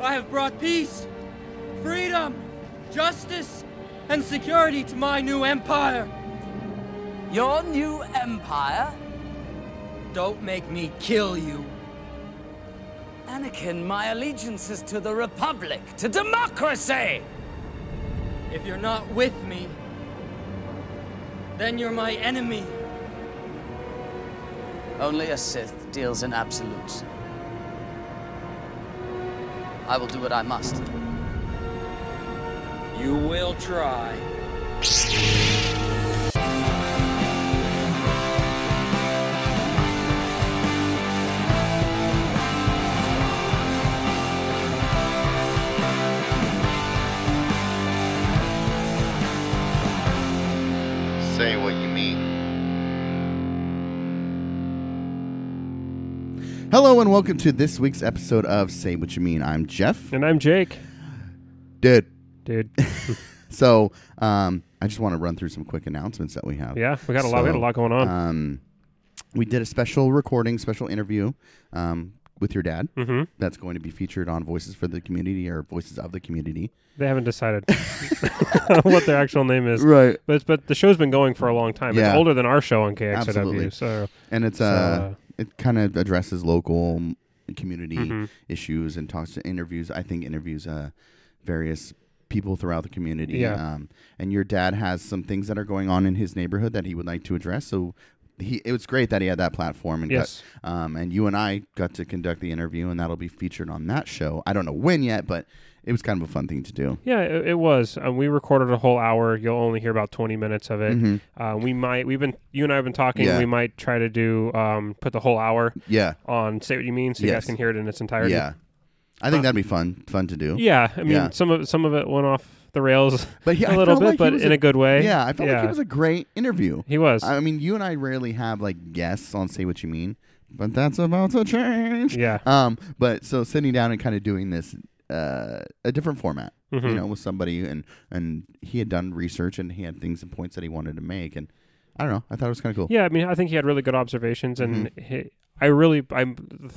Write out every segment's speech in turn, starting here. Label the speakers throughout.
Speaker 1: I have brought peace, freedom, justice, and security to my new empire.
Speaker 2: Your new empire?
Speaker 1: Don't make me kill you.
Speaker 2: Anakin, my allegiance is to the Republic, to democracy!
Speaker 1: If you're not with me, then you're my enemy.
Speaker 2: Only a Sith deals in absolutes. I will do what I must.
Speaker 1: You will try.
Speaker 3: Say what you mean.
Speaker 4: Hello and welcome to this week's episode of Say What You Mean. I'm Jeff.
Speaker 5: And I'm Jake,
Speaker 4: Dude.
Speaker 5: dude.
Speaker 4: So um, I just want to run through some quick announcements that we have.
Speaker 5: Yeah, we got a lot. We had a lot going on.
Speaker 4: Um, we did a special recording, special interview um, with your dad. Mm-hmm. That's going to be featured on Voices for the Community or Voices of the Community.
Speaker 5: they haven't decided what their actual name is,
Speaker 4: Right.
Speaker 5: But but the show's been going for a long time.
Speaker 4: Yeah.
Speaker 5: It's older than our show on KXRW.
Speaker 4: Absolutely.
Speaker 5: So
Speaker 4: And it's uh,
Speaker 5: uh,
Speaker 4: it kind of addresses local mm, community
Speaker 5: Mm-hmm.
Speaker 4: issues and talks to interviews. I think interviews uh, various people throughout the community.
Speaker 5: Yeah.
Speaker 4: Um, and your dad has some things that are going on in his neighborhood that he would like to address. So. He, it was great that he had that platform and got-
Speaker 5: Yes.
Speaker 4: um, and you and I got to conduct the interview and that'll be featured on that show. I don't know when yet, but it was kind of a fun thing to do.
Speaker 5: yeah, it, it was. Um, we recorded a whole hour. You'll only hear about twenty minutes of it.
Speaker 4: Mm-hmm.
Speaker 5: Uh, we might. We've been. You and I have been talking.
Speaker 4: Yeah.
Speaker 5: We might try to do um, put the whole hour
Speaker 4: Yeah,
Speaker 5: on. Say what you mean, so you
Speaker 4: Yes.
Speaker 5: guys can hear it in its entirety.
Speaker 4: yeah. I think that'd be fun, fun to do.
Speaker 5: Yeah, I mean,
Speaker 4: Yeah.
Speaker 5: some of some of it went off the rails
Speaker 4: But he,
Speaker 5: a
Speaker 4: I
Speaker 5: little
Speaker 4: felt
Speaker 5: bit,
Speaker 4: like he
Speaker 5: but
Speaker 4: was
Speaker 5: in a, good way.
Speaker 4: Yeah, I felt like it was a great interview.
Speaker 5: He was.
Speaker 4: I mean, you and I rarely have like guests on Say What You Mean, but that's about to change.
Speaker 5: Yeah.
Speaker 4: Um, but so sitting down and kind of doing this uh a different format, you
Speaker 5: Mm-hmm.
Speaker 4: know, with somebody and and he had done research and he had things and points that he wanted to make and I don't know, I thought it was kind of cool.
Speaker 5: Yeah, I mean, I think he had really good observations, and
Speaker 4: Mm-hmm.
Speaker 5: he, I really, I,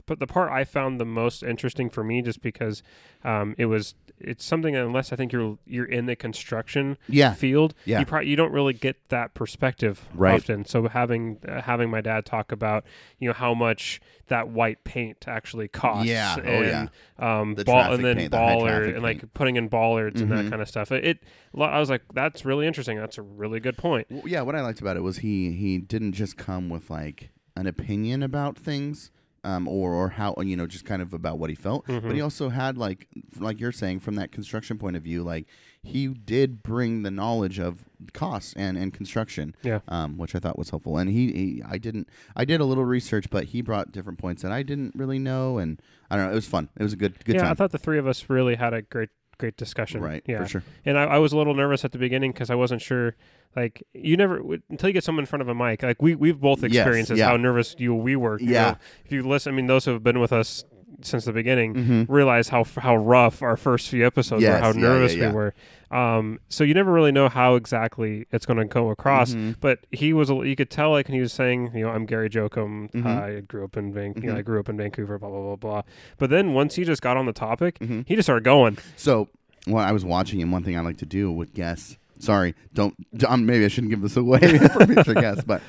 Speaker 5: but the part I found the most interesting for me, just because um, it was, it's something that unless I think you're you're in the construction
Speaker 4: Yeah.
Speaker 5: field,
Speaker 4: Yeah.
Speaker 5: you pro- you don't really get that perspective
Speaker 4: Right.
Speaker 5: often. So having uh, having my dad talk about you know how much that white paint actually costs,
Speaker 4: Yeah. Oh,
Speaker 5: and um,
Speaker 4: The
Speaker 5: ball
Speaker 4: traffic
Speaker 5: and then
Speaker 4: paint, the high
Speaker 5: baller
Speaker 4: traffic
Speaker 5: and like
Speaker 4: paint. Mm-hmm.
Speaker 5: putting in ballards and that kind of stuff. It, it, I was like, that's really interesting. That's a really good point.
Speaker 4: Well, yeah, what I liked about it was he he didn't just come with like an opinion about things. Um, or, or how you know just kind of about what he felt
Speaker 5: Mm-hmm.
Speaker 4: but he also had like like you're saying from that construction point of view like he did bring the knowledge of costs and and construction
Speaker 5: Yeah.
Speaker 4: um, which i thought was helpful and he, he i didn't i did a little research but he brought different points that i didn't really know and i don't know it was fun it was a good good
Speaker 5: yeah,
Speaker 4: time
Speaker 5: I thought the three of us really had a great great discussion.
Speaker 4: Right, for
Speaker 5: Yeah.
Speaker 4: sure.
Speaker 5: And I, I was a little nervous at the beginning because I wasn't sure. Like you never would- until you get someone in front of a mic. Like we we've both
Speaker 4: Yes,
Speaker 5: experienced this,
Speaker 4: yeah.
Speaker 5: how nervous you we were. you
Speaker 4: Yeah.
Speaker 5: know. if you listen, I mean, those who have been with us since the beginning
Speaker 4: Mm-hmm.
Speaker 5: realize how how rough our first few episodes
Speaker 4: Yes,
Speaker 5: were, how
Speaker 4: yeah,
Speaker 5: nervous
Speaker 4: yeah, yeah.
Speaker 5: we were. Um, so you never really know how exactly it's going to go across.
Speaker 4: Mm-hmm.
Speaker 5: But he was, a, you could tell, like, when he was saying, you know, I'm Gary Jokum.
Speaker 4: Mm-hmm.
Speaker 5: I grew up in Van- you know, I grew up in Vancouver. Blah blah blah blah. But then once he just got on the topic,
Speaker 4: Mm-hmm.
Speaker 5: he just started going.
Speaker 4: So when I was watching, and one thing I like to do with guests, sorry, don't, um, maybe I shouldn't give this away for future guests, but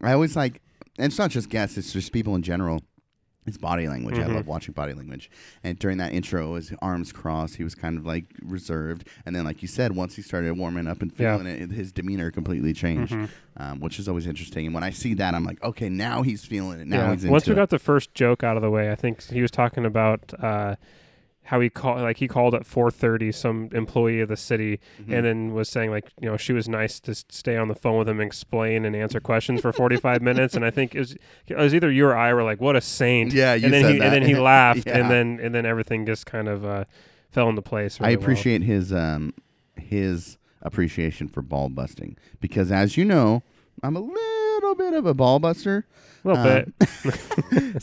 Speaker 4: I always like, and it's not just guests, it's just people in general. It's body language. I love watching body language. And during that intro, his arms crossed. He was kind of like reserved. And then, like you said, once he started warming up and
Speaker 5: Yeah.
Speaker 4: feeling it, his demeanor completely changed, um, which is always interesting. And when I see that, I'm like, okay, now he's feeling it. Now he's into
Speaker 5: Once we
Speaker 4: it.
Speaker 5: got the first joke out of the way, I think he was talking about uh, how he called, like he called at four thirty some employee of the city,
Speaker 4: Mm-hmm.
Speaker 5: and then was saying like you know she was nice to s- stay on the phone with him, and explain and answer questions for forty five minutes, and I think it was, it was either you or I were like, what a saint,
Speaker 4: Yeah, you
Speaker 5: and then
Speaker 4: said
Speaker 5: he,
Speaker 4: that.
Speaker 5: and then he laughed,
Speaker 4: Yeah.
Speaker 5: and then and then everything just kind of uh, fell into place.
Speaker 4: I
Speaker 5: really well.
Speaker 4: appreciate his um his appreciation for ball busting because as you know, I'm a little bit of a ball buster.
Speaker 5: a little
Speaker 4: uh,
Speaker 5: bit.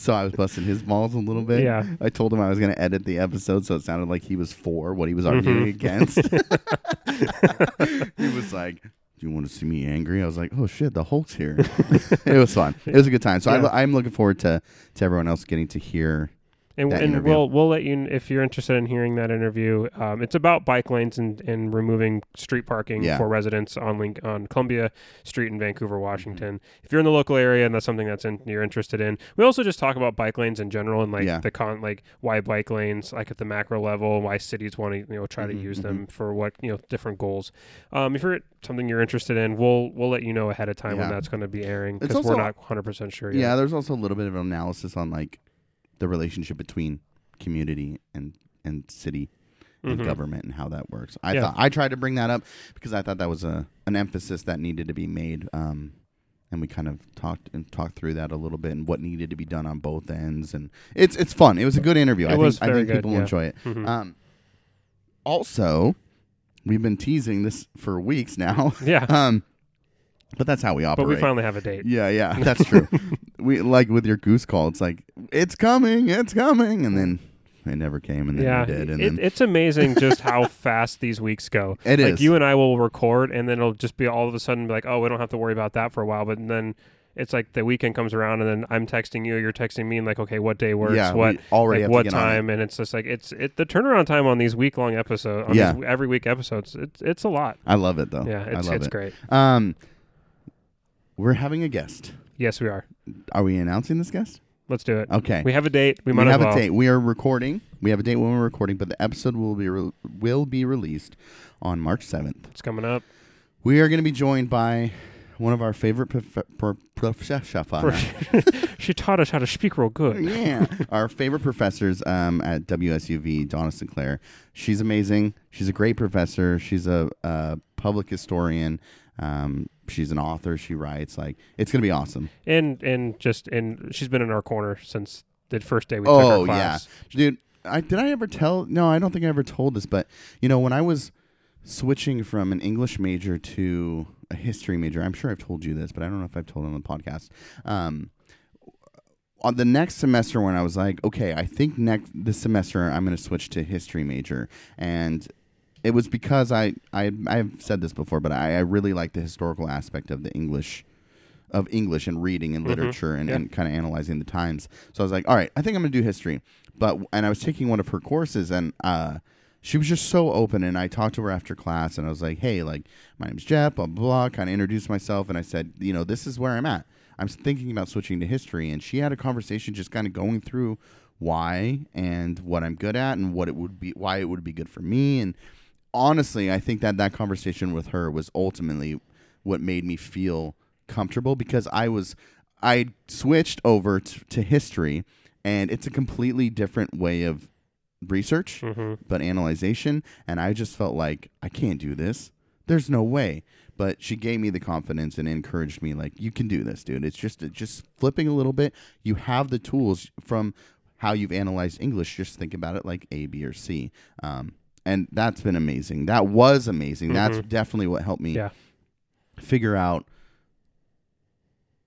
Speaker 4: so I was busting his balls a little bit.
Speaker 5: Yeah.
Speaker 4: I told him I was going to edit the episode so it sounded like he was for what he
Speaker 5: Mm-hmm.
Speaker 4: was arguing against. he was like, "Do you want to see me angry?" I was like, "Oh shit, the Hulk's here." it was fun. It was a good time. So I,
Speaker 5: Yeah.
Speaker 4: I'm looking forward to to everyone else getting to hear
Speaker 5: and,
Speaker 4: That
Speaker 5: and
Speaker 4: interview.
Speaker 5: we'll we'll let you kn- if you're interested in hearing that interview. Um, it's about bike lanes and, and removing street parking
Speaker 4: Yeah. Mm-hmm.
Speaker 5: for residents on Link, on Columbia Street in Vancouver, Washington. If you're in the local area and that's something that's in, you're interested in, we also just talk about bike lanes in general and like
Speaker 4: Yeah.
Speaker 5: the con like why bike lanes like at the macro level, why cities want to you know try
Speaker 4: Mm-hmm,
Speaker 5: to use them for what you know different goals. Um, if you're something you're interested in, we'll we'll let you know ahead of time when
Speaker 4: Yeah.
Speaker 5: that's going to be airing
Speaker 4: It's
Speaker 5: because we're
Speaker 4: also-
Speaker 5: not 100 percent sure yet.
Speaker 4: Yeah, there's also a little bit of an analysis on like the relationship between community and and city and government and how that works. I
Speaker 5: Mm-hmm. Yeah.
Speaker 4: thought I tried to bring that up because I thought that was a an emphasis that needed to be made. Um, and we kind of talked and talked through that a little bit and what needed to be done on both ends. And it's it's fun. It was a good interview. I
Speaker 5: It was
Speaker 4: think, I
Speaker 5: very
Speaker 4: think
Speaker 5: good,
Speaker 4: people will
Speaker 5: yeah. Mm-hmm.
Speaker 4: enjoy it. Um, also, we've been teasing this for weeks now.
Speaker 5: Yeah.
Speaker 4: um, but that's how we
Speaker 5: but
Speaker 4: operate.
Speaker 5: we finally have a date.
Speaker 4: Yeah, yeah, that's true. we like with your goose call. It's like it's coming, it's coming, and then it never came, and then
Speaker 5: yeah,
Speaker 4: it did, and
Speaker 5: it-
Speaker 4: then
Speaker 5: it's amazing just how fast these weeks go.
Speaker 4: It
Speaker 5: like
Speaker 4: is.
Speaker 5: you and I will record, and then it'll just be all of a sudden be like, oh, we don't have to worry about that for a while. But then it's like the weekend comes around, and then I'm texting you, you're texting me, and like, okay, what day works?
Speaker 4: Yeah,
Speaker 5: what
Speaker 4: we already have
Speaker 5: like,
Speaker 4: to
Speaker 5: what
Speaker 4: get on it.
Speaker 5: time? And it's just like it's it the turnaround time on these week long episodes. On
Speaker 4: Yeah.
Speaker 5: these every week episodes, it's it's a lot.
Speaker 4: I love it though.
Speaker 5: Yeah,
Speaker 4: I
Speaker 5: it's
Speaker 4: love
Speaker 5: it's
Speaker 4: it.
Speaker 5: great.
Speaker 4: Um, we're having a guest.
Speaker 5: Yes, we are.
Speaker 4: Are we announcing this guest?
Speaker 5: Let's do it.
Speaker 4: Okay.
Speaker 5: we have a date. We might
Speaker 4: we
Speaker 5: as
Speaker 4: have
Speaker 5: well.
Speaker 4: a date. We are recording. We have a date when we're recording, but the episode will be re- will be released on March seventh.
Speaker 5: It's coming up.
Speaker 4: We are going to be joined by one of our favorite prof- uh, pro- prof-
Speaker 5: she taught us how to speak real good.
Speaker 4: yeah. Our favorite professors um, at WSUV, Donna Sinclair. She's amazing. She's a great professor. She's a, a public historian. Um, she's an author. She writes. Like it's gonna be awesome.
Speaker 5: and and just and she's been in our corner since the first day we took
Speaker 4: oh
Speaker 5: her
Speaker 4: yeah,
Speaker 5: class.
Speaker 4: dude. I did I ever tell? No, I don't think I ever told this. But you know, when I was switching from an English major to a history major, I'm sure I've told you this, but I don't know if I've told on the podcast. Um, on the next semester when I was like, okay, I think next this semester I'm going to switch to history major, and it was because I I I've said this before, but I, I really like the historical aspect of the English. Of English and reading and literature and, and kind of analyzing the times, so I was like, "All right, I think I'm going to do history." But and I was taking one of her courses, and uh, she was just so open. And I talked to her after class, and I was like, "Hey, like my name's Jeff, blah blah." blah kind of introduced myself, and I said, "You know, this is where I'm at." I'm thinking about switching to history. And she had a conversation just kind of going through why and what I'm good at and what it would be, why it would be good for me. And honestly, I think that that conversation with her was ultimately what made me feel comfortable because I was, I switched over t- to history and it's a completely different way of research, but analyzation. And I just felt like I can't do this. There's no way. But she gave me the confidence and encouraged me, like, you can do this, dude. It's just it's just flipping a little bit. You have the tools from how you've analyzed English. Just think about it like A, B, or C. Um, and that's been amazing. That was amazing. That's definitely what helped me
Speaker 5: Yeah.
Speaker 4: figure out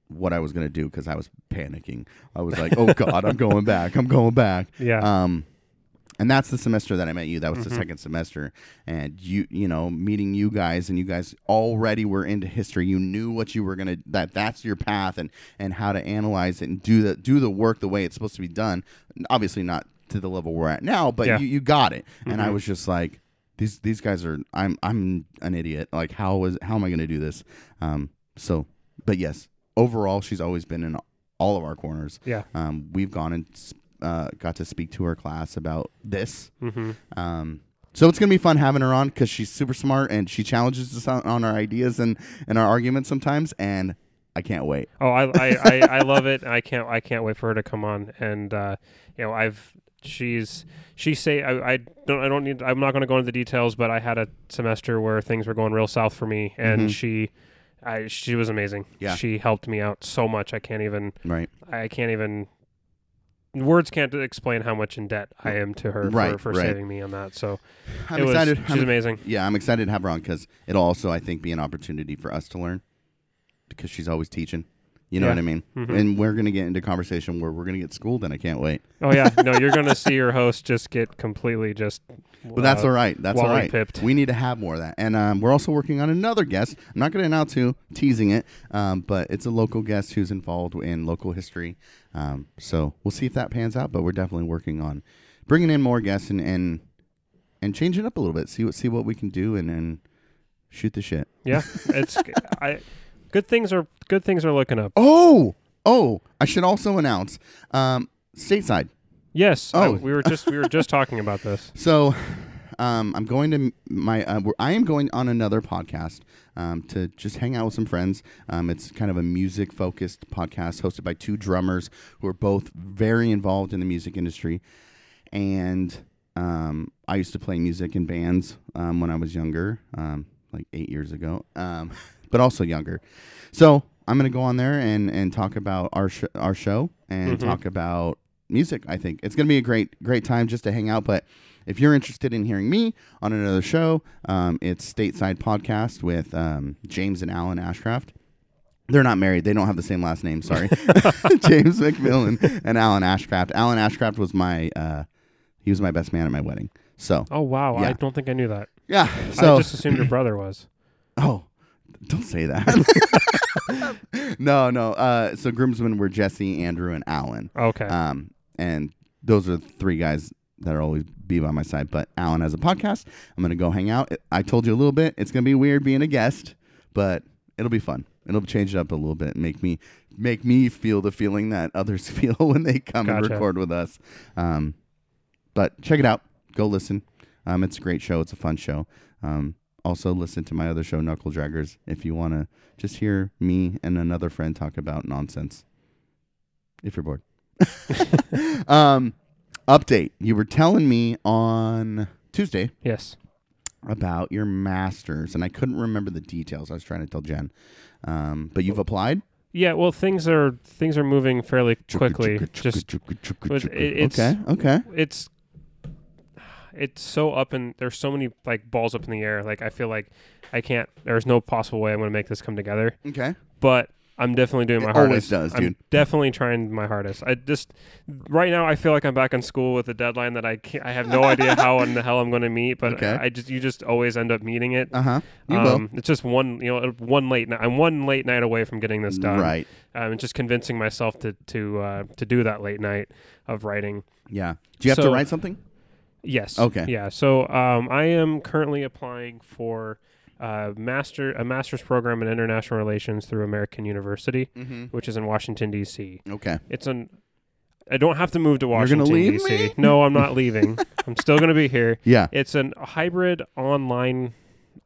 Speaker 4: what I was gonna do because I was panicking. I was like, "Oh God, I'm going back. I'm going back."
Speaker 5: Yeah. Mm-hmm.
Speaker 4: Um, and that's the semester that I met you. That was the second semester, and you, you know, meeting you guys, and you guys already were into history. You knew what you were gonna that that's your path, and and how to analyze it and do the do the work the way it's supposed to be done. Obviously, not to the level we're at now, but
Speaker 5: Yeah. Mm-hmm.
Speaker 4: you, you got it. And I was just like, these these guys are. I'm I'm an idiot. Like, how is how am I gonna do this? Um. So, but yes, overall, she's always been in all of our corners.
Speaker 5: Yeah.
Speaker 4: Um, we've gone and uh, got to speak to her class about this.
Speaker 5: Mhm.
Speaker 4: Um, so it's gonna be fun having her on because she's super smart and she challenges us on, on our ideas and and our arguments sometimes. And I can't wait.
Speaker 5: Oh, I, I, I, I love it. I can't I can't wait for her to come on. And uh, you know, I've she's she say I, I don't I don't need I'm not going to go into the details, but I had a semester where things were going real south for me, and she. I, she was amazing.
Speaker 4: Mm-hmm. Yeah.
Speaker 5: She helped me out so much. I can't even,
Speaker 4: Right.
Speaker 5: I can't even, words can't explain how much in debt I am to her for,
Speaker 4: Right,
Speaker 5: for
Speaker 4: right.
Speaker 5: saving me on that. So
Speaker 4: I'm
Speaker 5: it was,
Speaker 4: excited.
Speaker 5: she's
Speaker 4: I'm-
Speaker 5: amazing.
Speaker 4: Yeah, I'm excited to have her on because it'll also I think be an opportunity for us to learn because she's always teaching. You know
Speaker 5: Yeah.
Speaker 4: what I mean? And we're gonna get into conversation where we're gonna get schooled, and I can't wait.
Speaker 5: Oh yeah, no, you're gonna see your host just get completely just.
Speaker 4: But that's all right. That's all
Speaker 5: Uh, Wally
Speaker 4: right.
Speaker 5: pipped.
Speaker 4: We need to have more of that. And um, we're also working on another guest. I'm not going to announce who, teasing it, um, but it's a local guest who's involved in local history. Um, so we'll see if that pans out. But we're definitely working on bringing in more guests and and, and changing up a little bit. See what see what we can do and, and shoot the shit.
Speaker 5: Yeah, it's I. Good things are good things are looking up.
Speaker 4: Oh oh! I should also announce um, stateside.
Speaker 5: Yes. I-
Speaker 4: Oh.
Speaker 5: we were just we were just talking about this.
Speaker 4: So, um, I'm going to m- my uh, we're- I am going on another podcast um, to just hang out with some friends. Um, it's kind of a music focused podcast hosted by two drummers who are both very involved in the music industry, and um, I used to play music in bands um, when I was younger, um, like eight years ago, um, but also younger. So I'm going to go on there and and talk about our sh- our show and talk about music. I think it's going to be a great great time just to hang out. But if you're interested in hearing me on another show, um, it's Stateside Podcast with um, James and Alan Ashcraft. They're not married. They don't have the same last name. Sorry, James McMillan and Alan Ashcraft. Alan Ashcraft was my uh, he was my best man at my wedding. So
Speaker 5: Oh wow, I
Speaker 4: Yeah.
Speaker 5: don't think I knew that.
Speaker 4: yeah. So
Speaker 5: I just assumed your brother was.
Speaker 4: Oh, don't say that. no, no. Uh, so groomsmen were Jesse, Andrew, and Alan.
Speaker 5: Okay.
Speaker 4: Um, and those are three guys that are always be by my side. But Alan has a podcast. I'm gonna go hang out. I told you a little bit. It's gonna be weird being a guest, but it'll be fun. It'll change it up a little bit and make me make me feel the feeling that others feel when they come and
Speaker 5: Gotcha.
Speaker 4: record with us. Um, but check it out. Go listen. Um, it's a great show. It's a fun show. Um, also listen to my other show, Knuckle Draggers, if you want to just hear me and another friend talk about nonsense. If you're bored. um, update. You were telling me on Tuesday
Speaker 5: yes.
Speaker 4: about your masters, and I couldn't remember the details. I was trying to tell Jen, um, but you've applied
Speaker 5: Yeah. Well, things are things are moving fairly quickly. Just was- it- it's-
Speaker 4: okay, okay.
Speaker 5: it's it's so up and there's so many like balls up in the air. Like I feel like I can't. There's no possible way I'm going to make this come together.
Speaker 4: Okay.
Speaker 5: But I'm definitely doing
Speaker 4: It
Speaker 5: my
Speaker 4: always
Speaker 5: hardest.
Speaker 4: does,
Speaker 5: I'm
Speaker 4: dude.
Speaker 5: definitely trying my hardest. I just right now I feel like I'm back in school with a deadline that I can't, I have no idea how in the hell I'm going to meet. But
Speaker 4: Okay.
Speaker 5: I just you just always end up meeting it.
Speaker 4: Uh huh. You
Speaker 5: um, It's just one, you know, one late night. I'm one late night away from getting this
Speaker 4: will.
Speaker 5: done.
Speaker 4: Right.
Speaker 5: Um, and just convincing myself to to uh, to do that late night of writing.
Speaker 4: Yeah. Do you have to
Speaker 5: So-
Speaker 4: write something?
Speaker 5: Yes.
Speaker 4: Okay.
Speaker 5: Yeah. So um, I am currently applying for uh, master a master's program in international relations through American University,
Speaker 4: Mm-hmm.
Speaker 5: which is in Washington D.C.
Speaker 4: Okay.
Speaker 5: It's an I don't have to move to
Speaker 4: gonna
Speaker 5: Washington
Speaker 4: leave
Speaker 5: D.C.
Speaker 4: me?
Speaker 5: No, I'm not leaving. I'm still going to be here.
Speaker 4: Yeah.
Speaker 5: It's an a hybrid online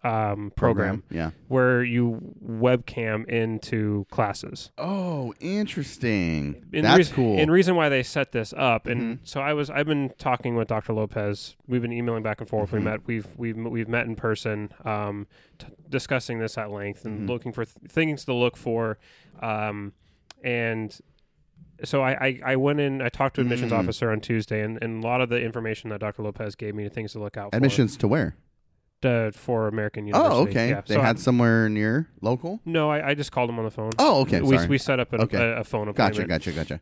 Speaker 5: um, program
Speaker 4: Yeah.
Speaker 5: where you webcam into classes.
Speaker 4: Oh, interesting.
Speaker 5: And
Speaker 4: That's
Speaker 5: reas-
Speaker 4: cool. Mm-hmm.
Speaker 5: And reason why they set this up, and so I was, I've been talking with Dr. Lopez. We've been emailing back and forth.
Speaker 4: Mm-hmm.
Speaker 5: We met, we've we've we've met in person, um, t- discussing this at length
Speaker 4: Mm-hmm.
Speaker 5: and looking for th- things to look for, um, and so I, I I went in. I talked to admissions
Speaker 4: Mm.
Speaker 5: officer on Tuesday, and, and a lot of the information that Dr. Lopez gave me, things to look out for.
Speaker 4: Admissions to where?
Speaker 5: to, for American University.
Speaker 4: Oh, okay.
Speaker 5: Yeah.
Speaker 4: They
Speaker 5: So I-
Speaker 4: had somewhere near local.
Speaker 5: no, I, I just called him on the phone.
Speaker 4: Oh, okay.
Speaker 5: we,
Speaker 4: Sorry.
Speaker 5: we set up a,
Speaker 4: Okay.
Speaker 5: a, a phone appointment.
Speaker 4: gotcha. Gotcha. Gotcha.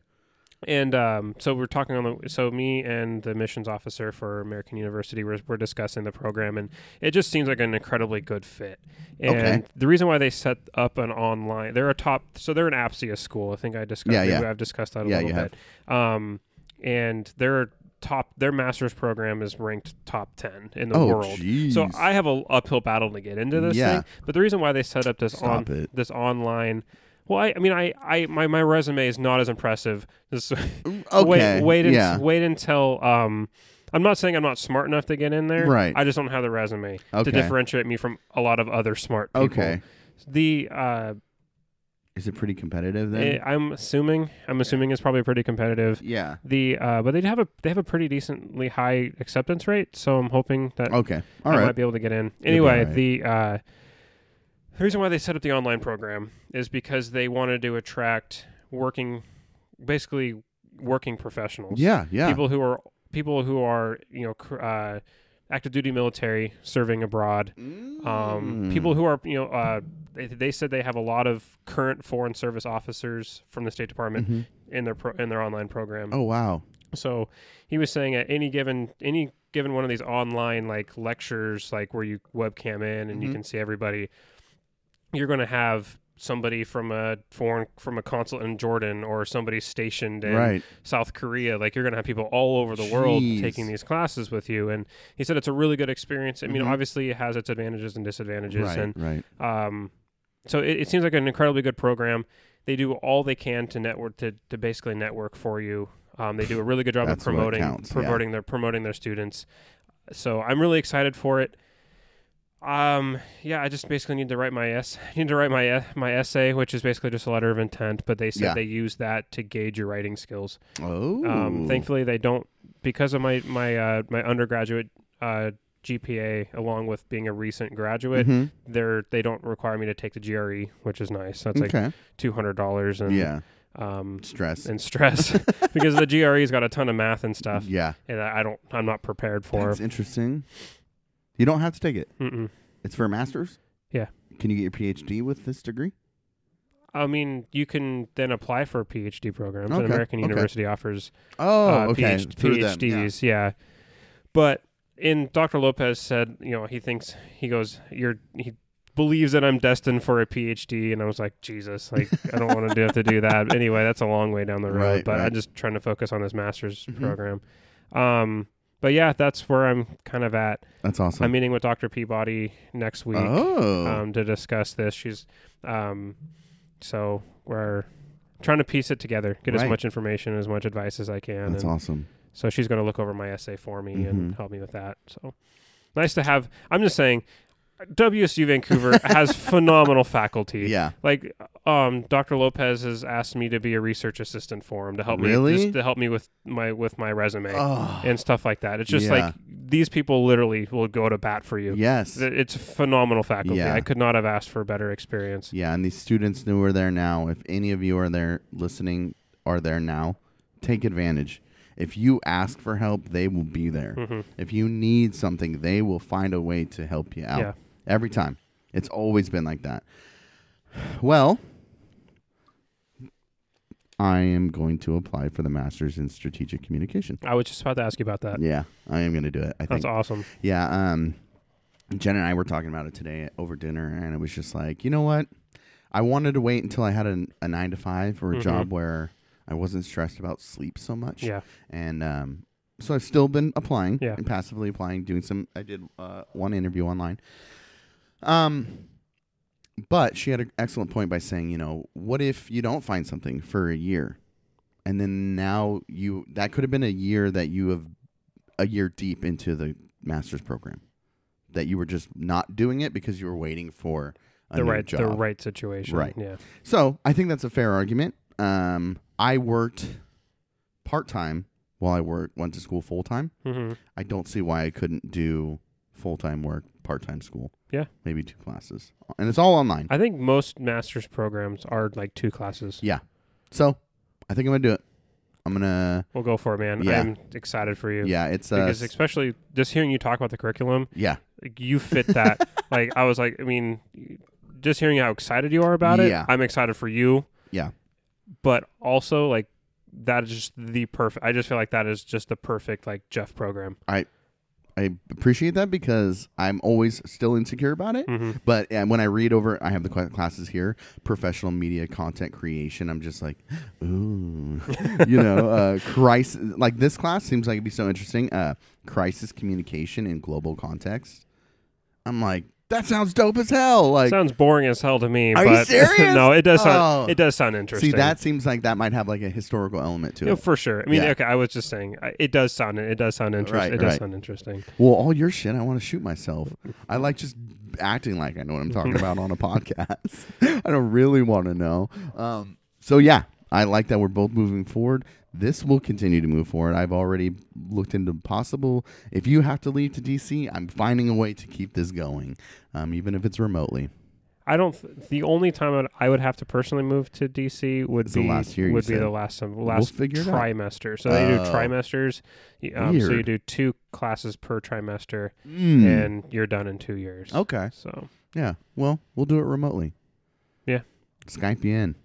Speaker 5: And um, so we're talking on the so me and the missions officer for American University we're, we're discussing the program and it just seems like an incredibly good fit. And
Speaker 4: Okay.
Speaker 5: the reason why they set up an online they're a top so they're an APSIA school. I think I discussed
Speaker 4: Yeah, yeah.
Speaker 5: maybe I've discussed that a
Speaker 4: Yeah,
Speaker 5: little
Speaker 4: you have.
Speaker 5: bit. Um, and they're top their master's program is ranked top 10 in the
Speaker 4: Oh,
Speaker 5: world. So
Speaker 4: jeez.
Speaker 5: I have a uphill battle to get into this
Speaker 4: Yeah.
Speaker 5: thing. But the reason why they set up this
Speaker 4: Stop
Speaker 5: on
Speaker 4: it.
Speaker 5: this online well, I, I mean, I, I my, my resume is not as impressive. This,
Speaker 4: Okay,
Speaker 5: Wait, wait, un-
Speaker 4: yeah.
Speaker 5: wait until. Um, I'm not saying I'm not smart enough to get in there.
Speaker 4: Right.
Speaker 5: I just don't have the resume
Speaker 4: Okay.
Speaker 5: to differentiate me from a lot of other smart people.
Speaker 4: Okay.
Speaker 5: The uh,
Speaker 4: Is it pretty competitive then?
Speaker 5: eh, I'm assuming I'm assuming it's probably pretty competitive.
Speaker 4: yeah.
Speaker 5: The uh, but they have a they have a pretty decently high acceptance rate, so I'm hoping that
Speaker 4: Okay. All
Speaker 5: I
Speaker 4: right.
Speaker 5: might be able to get in.
Speaker 4: be
Speaker 5: Anyway,
Speaker 4: alright.
Speaker 5: the uh, the reason why they set up the online program is because they wanted to attract working, basically working professionals.
Speaker 4: Yeah. Yeah.
Speaker 5: people who are people who are you know cr- uh,
Speaker 4: Hmm. Mm.
Speaker 5: active duty military serving abroad, um, people who Um, are you know uh, they, they said they have a lot of current foreign service officers from the State Department in their pro, in their online program.
Speaker 4: Mm-hmm. Oh wow.
Speaker 5: So he was saying at any given any given one of these online like lectures, like where you webcam in and you
Speaker 4: Mm-hmm.
Speaker 5: can see everybody, you're going to have somebody from a foreign from a consulate in Jordan or somebody stationed in
Speaker 4: Right.
Speaker 5: South Korea. Like you're going to have people all over the world
Speaker 4: Jeez.
Speaker 5: taking these classes with you. And he said it's a really good experience. I mean, obviously it has its advantages and disadvantages,
Speaker 4: Mm-hmm. Right.
Speaker 5: and
Speaker 4: Right.
Speaker 5: um, so it, it seems like an incredibly good program. They do all they can to network to, to basically network for you. Um, they do a really good job of
Speaker 4: That's what
Speaker 5: promoting
Speaker 4: counts, yeah.
Speaker 5: promoting their promoting their students. So I'm really excited for it. Um, yeah, I just basically need to write my s need to write my e- my essay, which is basically just a letter of intent. But they said
Speaker 4: Yeah.
Speaker 5: they use that to gauge your writing skills.
Speaker 4: Oh.
Speaker 5: Um, thankfully, they don't because of my my uh, my undergraduate uh, GPA, along with being a recent graduate.
Speaker 4: Mhm.
Speaker 5: They're they don't require me to take the GRE, which is nice. That's like
Speaker 4: okay.
Speaker 5: two hundred dollars and
Speaker 4: yeah.
Speaker 5: um
Speaker 4: Stress.
Speaker 5: and stress because the GRE's got a ton of math and stuff,
Speaker 4: yeah.
Speaker 5: and I I don't I'm not prepared for.
Speaker 4: That's interesting. You don't have to take it.
Speaker 5: Mm-mm.
Speaker 4: It's for a master's.
Speaker 5: Yeah.
Speaker 4: Can you get your PhD with this degree?
Speaker 5: I mean, you can then apply for PhD programs.
Speaker 4: Okay,
Speaker 5: An American
Speaker 4: okay.
Speaker 5: university offers
Speaker 4: Oh,
Speaker 5: uh,
Speaker 4: okay.
Speaker 5: PhD,
Speaker 4: Through them, yeah.
Speaker 5: PhDs, yeah. But in Dr. Lopez said, you know, he thinks he goes, you're he believes that I'm destined for a PhD, and I was like, Jesus, like I don't want to have to do that. Anyway, that's a long way down the road.
Speaker 4: Right,
Speaker 5: but
Speaker 4: right. Mm-hmm.
Speaker 5: I'm just trying to focus on this master's program. Um, but yeah, that's where I'm kind of at.
Speaker 4: That's awesome.
Speaker 5: I'm meeting with Dr. Peabody next week
Speaker 4: oh.
Speaker 5: um, to discuss this. She's um, so we're trying to piece it together, get as
Speaker 4: Right.
Speaker 5: much information, as much advice as I can.
Speaker 4: that's
Speaker 5: and
Speaker 4: awesome.
Speaker 5: So she's going to look over my essay for me
Speaker 4: Mm-hmm.
Speaker 5: and help me with that. So nice to have. I'm just saying, WSU Vancouver has phenomenal faculty.
Speaker 4: Yeah.
Speaker 5: Like, um, Dr. Lopez has asked me to be a research assistant for him to help
Speaker 4: Really?
Speaker 5: me just to help me with my with my resume
Speaker 4: Oh.
Speaker 5: and stuff like that. It's just
Speaker 4: Yeah.
Speaker 5: like these people literally will go to bat for you.
Speaker 4: Yes.
Speaker 5: Th- It's phenomenal faculty.
Speaker 4: Yeah.
Speaker 5: I could not have asked for a better experience.
Speaker 4: Yeah, and these students who are there now, if any of you are there listening, are there now, take advantage. If you ask for help, they will be there.
Speaker 5: Hmm. Mm-hmm.
Speaker 4: If you need something, they will find a way to help you out.
Speaker 5: Yeah.
Speaker 4: Every time. It's always been like that. Well, I am going to apply for the master's in strategic communication.
Speaker 5: I was just about to ask you about that.
Speaker 4: Yeah, I am going to do it. I think
Speaker 5: That's awesome.
Speaker 4: yeah, um, Jen and I were talking about it today over dinner, and it was just like, you know what? I wanted to wait until I had a, a nine to five or a job where I wasn't stressed about sleep so much.
Speaker 5: Yeah.
Speaker 4: And um, so I've still been applying
Speaker 5: Yeah.
Speaker 4: and passively applying, doing some. I did uh, one interview online. Um, but she had an excellent point by saying, you know, what if you don't find something for a year? And then now you that could have been a year that you have a year deep into the master's program that you were just not doing it because you were waiting for a
Speaker 5: The
Speaker 4: new
Speaker 5: right
Speaker 4: job.
Speaker 5: the right situation.
Speaker 4: Right.
Speaker 5: Yeah.
Speaker 4: So I think that's a fair argument. Um, I worked part time while I worked went to school full time.
Speaker 5: hmm
Speaker 4: I don't see why I couldn't do full time work, part time school.
Speaker 5: Yeah.
Speaker 4: maybe two classes, and it's all online.
Speaker 5: I think most master's programs are like two classes.
Speaker 4: yeah, so I think I'm gonna do it. I'm gonna.
Speaker 5: We'll go for it, man.
Speaker 4: Yeah.
Speaker 5: I'm excited for you.
Speaker 4: Yeah, it's uh,
Speaker 5: Because especially just hearing you talk about the curriculum,
Speaker 4: yeah,
Speaker 5: like, you fit that. like I was like, I mean, just hearing how excited you are about it,
Speaker 4: Yeah.
Speaker 5: I'm excited for you.
Speaker 4: yeah,
Speaker 5: But also like that is just the perfect. I just feel like that is just the perfect like Jeff program.
Speaker 4: I I appreciate that because I'm always still insecure about it. But uh, when I read over, I have the cla- classes here: professional media content creation. I'm just like, ooh, you know, uh, crisis. Like this class seems like it'd be so interesting. Uh, crisis communication in global context. I'm like, that sounds dope as hell. Like,
Speaker 5: sounds boring as hell to me.
Speaker 4: Are you
Speaker 5: but
Speaker 4: serious?
Speaker 5: no, it does sound
Speaker 4: Oh.
Speaker 5: it does sound interesting.
Speaker 4: see, that seems like that might have like a historical element to
Speaker 5: No,
Speaker 4: it.
Speaker 5: for sure. I mean,
Speaker 4: Yeah.
Speaker 5: okay, I was just saying I- it does sound it does sound
Speaker 4: Right,
Speaker 5: interesting. It does
Speaker 4: right.
Speaker 5: sound interesting.
Speaker 4: Well, all your shit, I want to shoot myself. I like just acting like I know what I'm talking about on a podcast. I don't really want to know. Um, so yeah, I like that we're both moving forward. This will continue to move forward. I've already looked into possible. If you have to leave to DC, I'm finding a way to keep this going, um, even if it's remotely.
Speaker 5: I don't. Th- the only time I'd, I would have to personally move to DC would
Speaker 4: It's the
Speaker 5: be
Speaker 4: last year you
Speaker 5: would be the
Speaker 4: said.
Speaker 5: last sem- last
Speaker 4: figure it out.
Speaker 5: trimester. So they do
Speaker 4: Oh.
Speaker 5: trimesters. Y- Um, so you
Speaker 4: Weird.
Speaker 5: do two classes per trimester,
Speaker 4: Mm.
Speaker 5: and you're done in two years.
Speaker 4: Okay.
Speaker 5: So
Speaker 4: Yeah. Well, we'll do it remotely. Skype you in.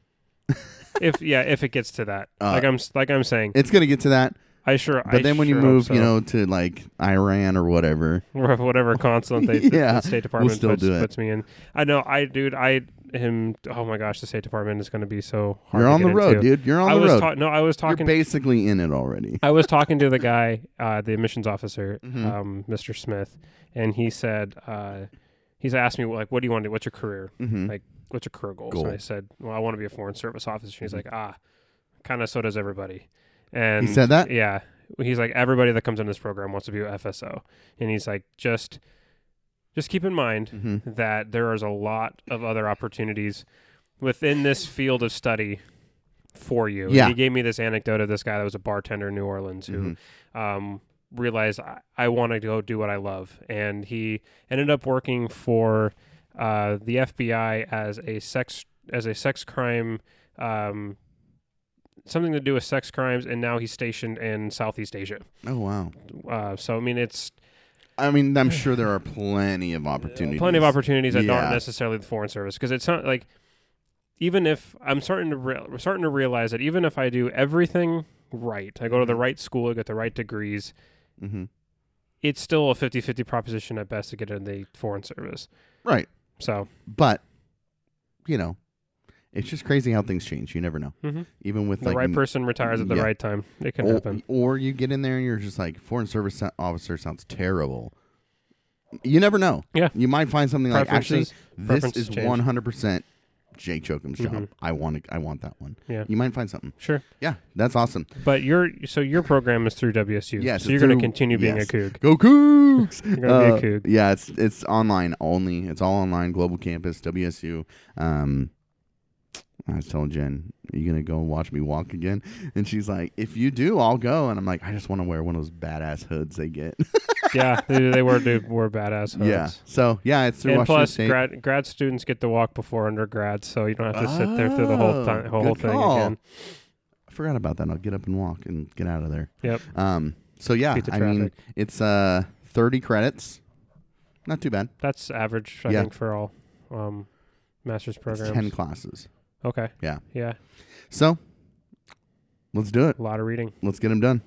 Speaker 5: if yeah, if it gets to that, like I'm s- like I'm saying,
Speaker 4: It's gonna get to that.
Speaker 5: I sure.
Speaker 4: Uh, But
Speaker 5: I
Speaker 4: then when you
Speaker 5: sure hope
Speaker 4: move, you
Speaker 5: so.
Speaker 4: know, to like Iran or whatever,
Speaker 5: or whatever constant they
Speaker 4: Yeah,
Speaker 5: the State
Speaker 4: we'll
Speaker 5: Department
Speaker 4: still
Speaker 5: puts,
Speaker 4: do it.
Speaker 5: puts me in. I know, I dude, I him. Oh my gosh, the State Department is going to be so hard.
Speaker 4: you're
Speaker 5: to
Speaker 4: on the
Speaker 5: get
Speaker 4: road,
Speaker 5: into.
Speaker 4: dude. You're on
Speaker 5: I
Speaker 4: the
Speaker 5: was
Speaker 4: road.
Speaker 5: ta- no, I was
Speaker 4: you're
Speaker 5: talking.
Speaker 4: basically in it already.
Speaker 5: I was talking to the guy, uh, the admissions officer,
Speaker 4: Mm-hmm.
Speaker 5: um, Mr. Smith, and he said, uh, he's asked me like, "What do you want to do? What's your career? Like, what's your career goals?"
Speaker 4: Mm-hmm. Goal. Mm-hmm.
Speaker 5: And I said, "Well, I want to be a foreign service officer." And he's like, "Ah, kind of. So does everybody." And
Speaker 4: said that?
Speaker 5: Yeah, he's like, "Everybody that comes in this program wants to be a FSO," and he's like, "Just, just keep in
Speaker 4: Mm-hmm.
Speaker 5: mind that there is a lot of other opportunities within this field of study." for you. And
Speaker 4: Yeah.
Speaker 5: he gave me this anecdote of this guy that was a bartender in New Orleans who um, realized I, I want to go do what I love, and he ended up working for uh, the FBI as a sex as a sex crime. Um, Something to do with sex crimes, and now he's stationed in Southeast Asia.
Speaker 4: Oh wow.
Speaker 5: Uh, so I mean, it's
Speaker 4: I mean, I'm sure there are plenty of opportunities.
Speaker 5: plenty of opportunities that
Speaker 4: Yeah.
Speaker 5: aren't necessarily the foreign service because it's not like even if I'm starting to re- we're starting to realize that even if I do everything right, I go to the
Speaker 4: Mm-hmm.
Speaker 5: right school, I get the right degrees,
Speaker 4: Mhm.
Speaker 5: it's still a 50-50 proposition at best to get in the foreign service.
Speaker 4: Right,
Speaker 5: So
Speaker 4: but you know, it's just crazy how things change. You never know.
Speaker 5: Mhm.
Speaker 4: Even with
Speaker 5: the
Speaker 4: like
Speaker 5: right person retires at the
Speaker 4: yeah.
Speaker 5: right time. It can
Speaker 4: or,
Speaker 5: happen.
Speaker 4: or you get in there and you're just like foreign service so- officer sounds terrible. You never know.
Speaker 5: Yeah.
Speaker 4: you might find something like actually
Speaker 5: Preferences-
Speaker 4: this
Speaker 5: preferences
Speaker 4: is
Speaker 5: change. Mm-hmm.
Speaker 4: 100 percent Jake Chokim's job. I want to. I want that one.
Speaker 5: Yeah.
Speaker 4: you might find something.
Speaker 5: Sure,
Speaker 4: Yeah, that's awesome.
Speaker 5: but your so your program is through WSU.
Speaker 4: Yes,
Speaker 5: so you're going to
Speaker 4: through-
Speaker 5: continue being
Speaker 4: yes.
Speaker 5: a kook.
Speaker 4: Go Cougs! You're
Speaker 5: gonna be a Coug.
Speaker 4: Yeah, it's it's online only. It's all online. Global Campus, WSU. Um, I was telling Jen, "Are you gonna go watch me walk again?" And she's like, "If you do, I'll go." And I'm like, "I just want to wear one of those badass hoods they get."
Speaker 5: yeah, they, they were they were badass. Hoods.
Speaker 4: yeah. So yeah, it's through
Speaker 5: and
Speaker 4: Washington
Speaker 5: plus,
Speaker 4: State.
Speaker 5: grad grad students get to walk before undergrad, so you don't have to sit there through the whole
Speaker 4: Oh,
Speaker 5: time, whole
Speaker 4: good
Speaker 5: thing
Speaker 4: call.
Speaker 5: again.
Speaker 4: I forgot about that. I'll get up and walk and get out of there.
Speaker 5: Yep.
Speaker 4: Um. So yeah,
Speaker 5: Beat the
Speaker 4: I mean,
Speaker 5: traffic.
Speaker 4: it's uh 30 credits. Not too bad.
Speaker 5: That's average, I
Speaker 4: Yeah.
Speaker 5: think, for all um, master's
Speaker 4: It's
Speaker 5: programs.
Speaker 4: 10 classes.
Speaker 5: okay.
Speaker 4: Yeah.
Speaker 5: Yeah.
Speaker 4: So let's do it.
Speaker 5: A lot of reading.
Speaker 4: Let's get them done.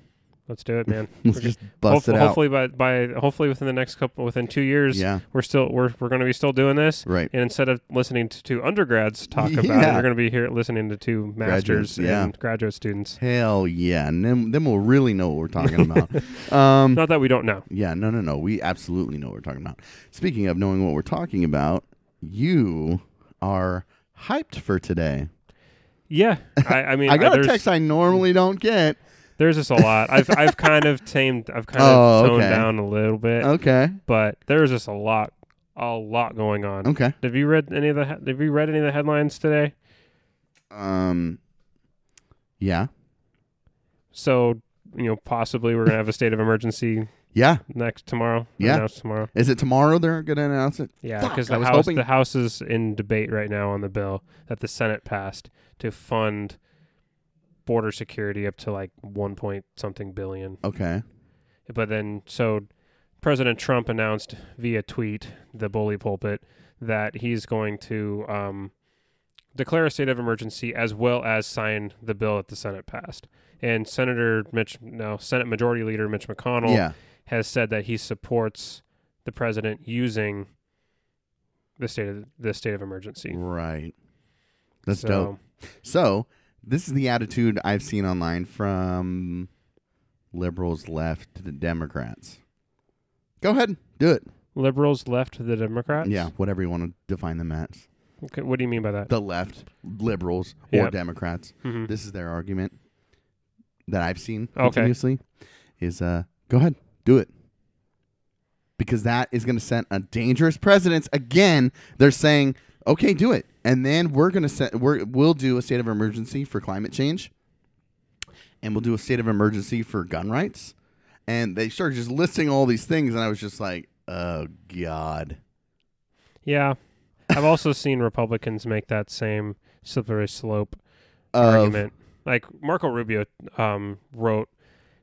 Speaker 5: Let's do it, man.
Speaker 4: Let's
Speaker 5: We're g-
Speaker 4: just bust
Speaker 5: hopef-
Speaker 4: it out.
Speaker 5: Hopefully, by by hopefully within the next couple, within two years,
Speaker 4: Yeah.
Speaker 5: we're still we're we're going to be still doing this.
Speaker 4: Right.
Speaker 5: And instead of listening to, to undergrads talk about it,
Speaker 4: Yeah.
Speaker 5: we're going to be here listening to two
Speaker 4: Graduates,
Speaker 5: masters
Speaker 4: yeah.
Speaker 5: and graduate students.
Speaker 4: Hell yeah. And then, then we'll really know what we're talking about. um,
Speaker 5: Not that we don't know.
Speaker 4: yeah, no, no, no. We absolutely know what we're talking about. Speaking of knowing what we're talking about, you are hyped for today.
Speaker 5: Yeah. I, I mean,
Speaker 4: I got a
Speaker 5: there's-
Speaker 4: text I normally don't get.
Speaker 5: There's just a lot. I've I've kind of tamed. I've kind
Speaker 4: Oh,
Speaker 5: of toned
Speaker 4: okay. Oh.
Speaker 5: down a little bit.
Speaker 4: Okay.
Speaker 5: But there's just a lot, a lot going on.
Speaker 4: Okay.
Speaker 5: Have you read any of the he- Have you read any of the headlines today?
Speaker 4: Um, yeah.
Speaker 5: So you know, possibly we're gonna have a state of emergency
Speaker 4: Yeah.
Speaker 5: next tomorrow.
Speaker 4: Yeah.
Speaker 5: announced tomorrow.
Speaker 4: Is it tomorrow they're going to announce it?
Speaker 5: Yeah,
Speaker 4: Fuck,
Speaker 5: because
Speaker 4: I
Speaker 5: the
Speaker 4: was
Speaker 5: house
Speaker 4: hoping-
Speaker 5: the house is in debate right now on the bill that the Senate passed to fund border security up to like one point something billion.
Speaker 4: Okay.
Speaker 5: But then, so President Trump announced via tweet, the bully pulpit, that he's going to um, declare a state of emergency as well as sign the bill that the Senate passed. And Senator Mitch, no, Senate Majority Leader Mitch McConnell
Speaker 4: Yeah.
Speaker 5: has said that he supports the president using the state of the state of emergency.
Speaker 4: Right. That's
Speaker 5: so,
Speaker 4: dope. So this is the attitude I've seen online from liberals left to the Democrats. Go ahead, do it.
Speaker 5: Liberals left the Democrats.
Speaker 4: Yeah, whatever you want to define them as.
Speaker 5: Okay, what do you mean by that?
Speaker 4: The left, liberals, or
Speaker 5: Yep.
Speaker 4: Democrats.
Speaker 5: Mhm.
Speaker 4: This is their argument that I've seen
Speaker 5: Okay.
Speaker 4: continuously. Is uh, go ahead, do it. Because that is going to set a dangerous precedence. Again, they're saying, okay, do it, and then we're going to set we're we'll do a state of emergency for climate change, and we'll do a state of emergency for gun rights, and they started just listing all these things, and I was just like, oh god,
Speaker 5: Yeah. I've also seen Republicans make that same slippery slope
Speaker 4: Of-
Speaker 5: argument. Like Marco Rubio um, wrote,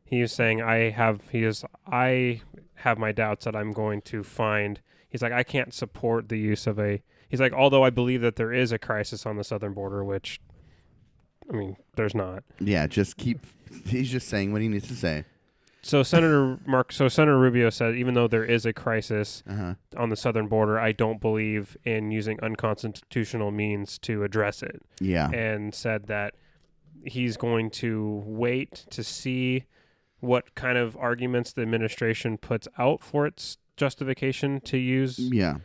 Speaker 5: he was saying I have he is I have my doubts that I'm going to find. He's like I can't support the use of a. He's like although I believe that there is a crisis on the southern border, which I mean there's not.
Speaker 4: Yeah, just keep. He's just saying what he needs to say.
Speaker 5: So Senator Mark, so Senator Rubio said, even though there is a crisis
Speaker 4: Uh-huh.
Speaker 5: on the southern border, I don't believe in using unconstitutional means to address it,
Speaker 4: Yeah.
Speaker 5: and said that he's going to wait to see what kind of arguments the administration puts out for its justification to use
Speaker 4: yeah.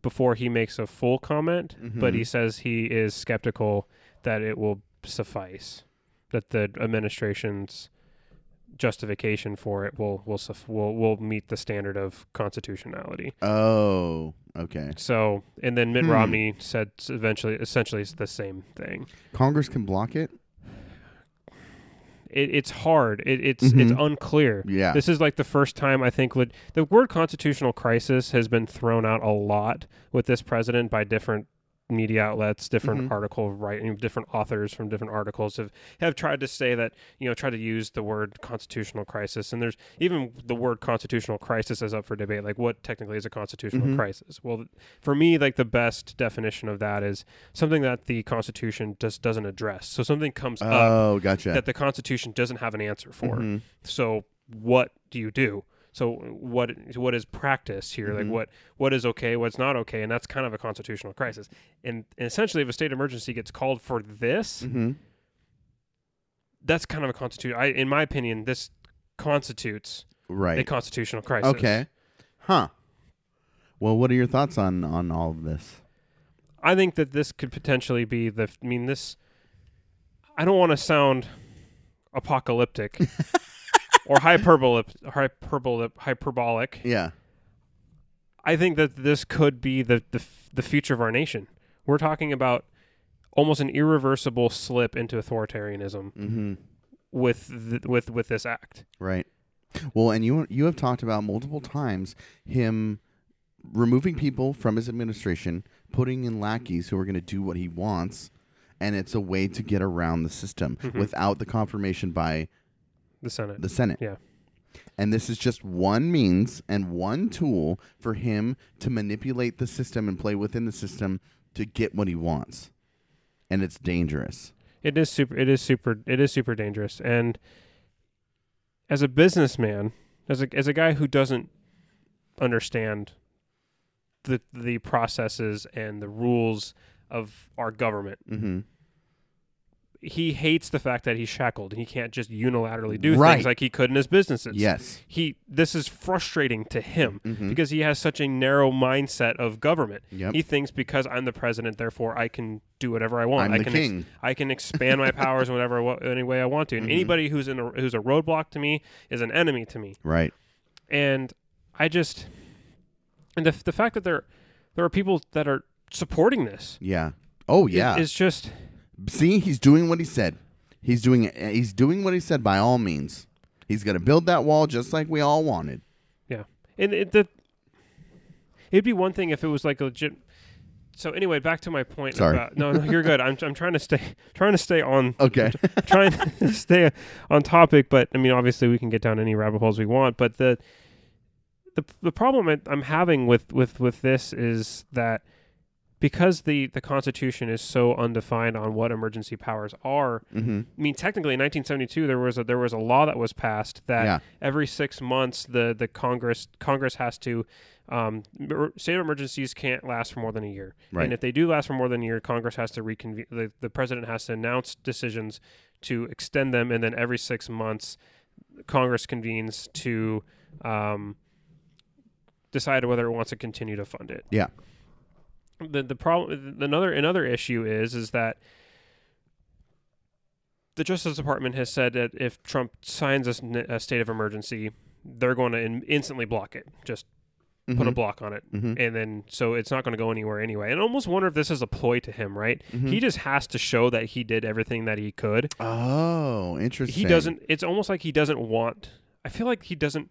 Speaker 5: before he makes a full comment. But he says he is skeptical that it will suffice, that the administration's justification for it will will suf- will, will meet the standard of constitutionality.
Speaker 4: Oh. Okay.
Speaker 5: So, and then Mitt Romney said s- eventually, essentially, it's the same thing.
Speaker 4: Congress can block it.
Speaker 5: It, it's hard. It, it's it's unclear.
Speaker 4: Yeah.
Speaker 5: this is like the first time I think lit- the word constitutional crisis has been thrown out a lot with this president by different media outlets, different article writing, different authors from different articles have have tried to say that you know try to use the word constitutional crisis, and there's even the word constitutional crisis is up for debate. Like what technically is a constitutional crisis? Well, th- for me, like the best definition of that is something that the Constitution just doesn't address. So something comes up
Speaker 4: Oh, gotcha.
Speaker 5: uh, that the Constitution doesn't have an answer for.
Speaker 4: Mm-hmm.
Speaker 5: So what do you do? So what what is practice here?
Speaker 4: Mm-hmm.
Speaker 5: Like what what is okay, what's not okay, and that's kind of a constitutional crisis. And, and essentially, if a state emergency gets called for this,
Speaker 4: hmm
Speaker 5: that's kind of a constitution. I, in my opinion, this constitutes a
Speaker 4: Right.
Speaker 5: constitutional crisis.
Speaker 4: Okay. Huh. Well, what are your thoughts on on all of this?
Speaker 5: I think that this could potentially be the. I mean, this. I don't want to sound apocalyptic or hyperbolic, hyperbolic, hyperbolic.
Speaker 4: Yeah.
Speaker 5: I think that this could be the, the f- the future of our nation. We're talking about almost an irreversible slip into authoritarianism
Speaker 4: Mm-hmm.
Speaker 5: with th- with with this act.
Speaker 4: Right. Well, and you you have talked about multiple times him removing people from his administration, putting in lackeys who are going to do what he wants, and it's a way to get around the system
Speaker 5: Mm-hmm.
Speaker 4: without the confirmation by
Speaker 5: The Senate.
Speaker 4: the Senate.
Speaker 5: yeah.
Speaker 4: And this is just one means and one tool for him to manipulate the system and play within the system to get what he wants. And it's dangerous.
Speaker 5: It is super it is super it is super dangerous and as a businessman, as a as a guy who doesn't understand the the processes and the rules of our government,
Speaker 4: Mm-hmm.
Speaker 5: he hates the fact that he's shackled and he can't just unilaterally do
Speaker 4: Right.
Speaker 5: things like he could in his businesses.
Speaker 4: Yes.
Speaker 5: he this is frustrating to him because he has such a narrow mindset of government.
Speaker 4: Mm-hmm. Yep.
Speaker 5: He thinks because I'm the president, therefore I can do whatever I want.
Speaker 4: I'm
Speaker 5: I
Speaker 4: the
Speaker 5: can
Speaker 4: king. Mm-hmm.
Speaker 5: I can expand my powers in whatever I wa- any way I want to. And anybody who's in a, who's a roadblock to me is an enemy to me.
Speaker 4: Right.
Speaker 5: And I just and the the fact that there there are people that are supporting this.
Speaker 4: Yeah. Oh
Speaker 5: i-
Speaker 4: yeah.
Speaker 5: is just
Speaker 4: See, he's doing what he said. He's doing he's doing what he said by all means. He's going to build that wall just like we all wanted.
Speaker 5: Yeah, and it, the it'd be one thing if it was like a legit. So anyway, back to my point.
Speaker 4: Sorry. Oh.
Speaker 5: About, no, no, you're good. I'm, I'm trying to stay trying to stay on
Speaker 4: Okay.
Speaker 5: trying to stay on topic. But I mean, obviously, we can get down any rabbit holes we want. But the the the problem I- I'm having with with with this is that because the the Constitution is so undefined on what emergency powers are.
Speaker 4: mm-hmm.
Speaker 5: I mean, technically, in 1972, there was a there was a law that was passed that
Speaker 4: Yeah.
Speaker 5: every six months the the Congress Congress has to um, mer- state of emergencies can't last for more than a year,
Speaker 4: Right.
Speaker 5: and if they do last for more than a year, Congress has to reconvene. The, the president has to announce decisions to extend them, and then every six months, Congress convenes to um, decide whether it wants to continue to fund it
Speaker 4: Yeah.
Speaker 5: the the problem another another issue is is that the Justice Department has said that if Trump signs a, s- a state of emergency, they're going to in, instantly block it. Just put a block on it, and then so it's not going to go anywhere anyway. And I almost wonder if this is a ploy to him, right? He just has to show that he did everything that he could.
Speaker 4: Oh, interesting.
Speaker 5: He doesn't. It's almost like he doesn't want. I feel like he doesn't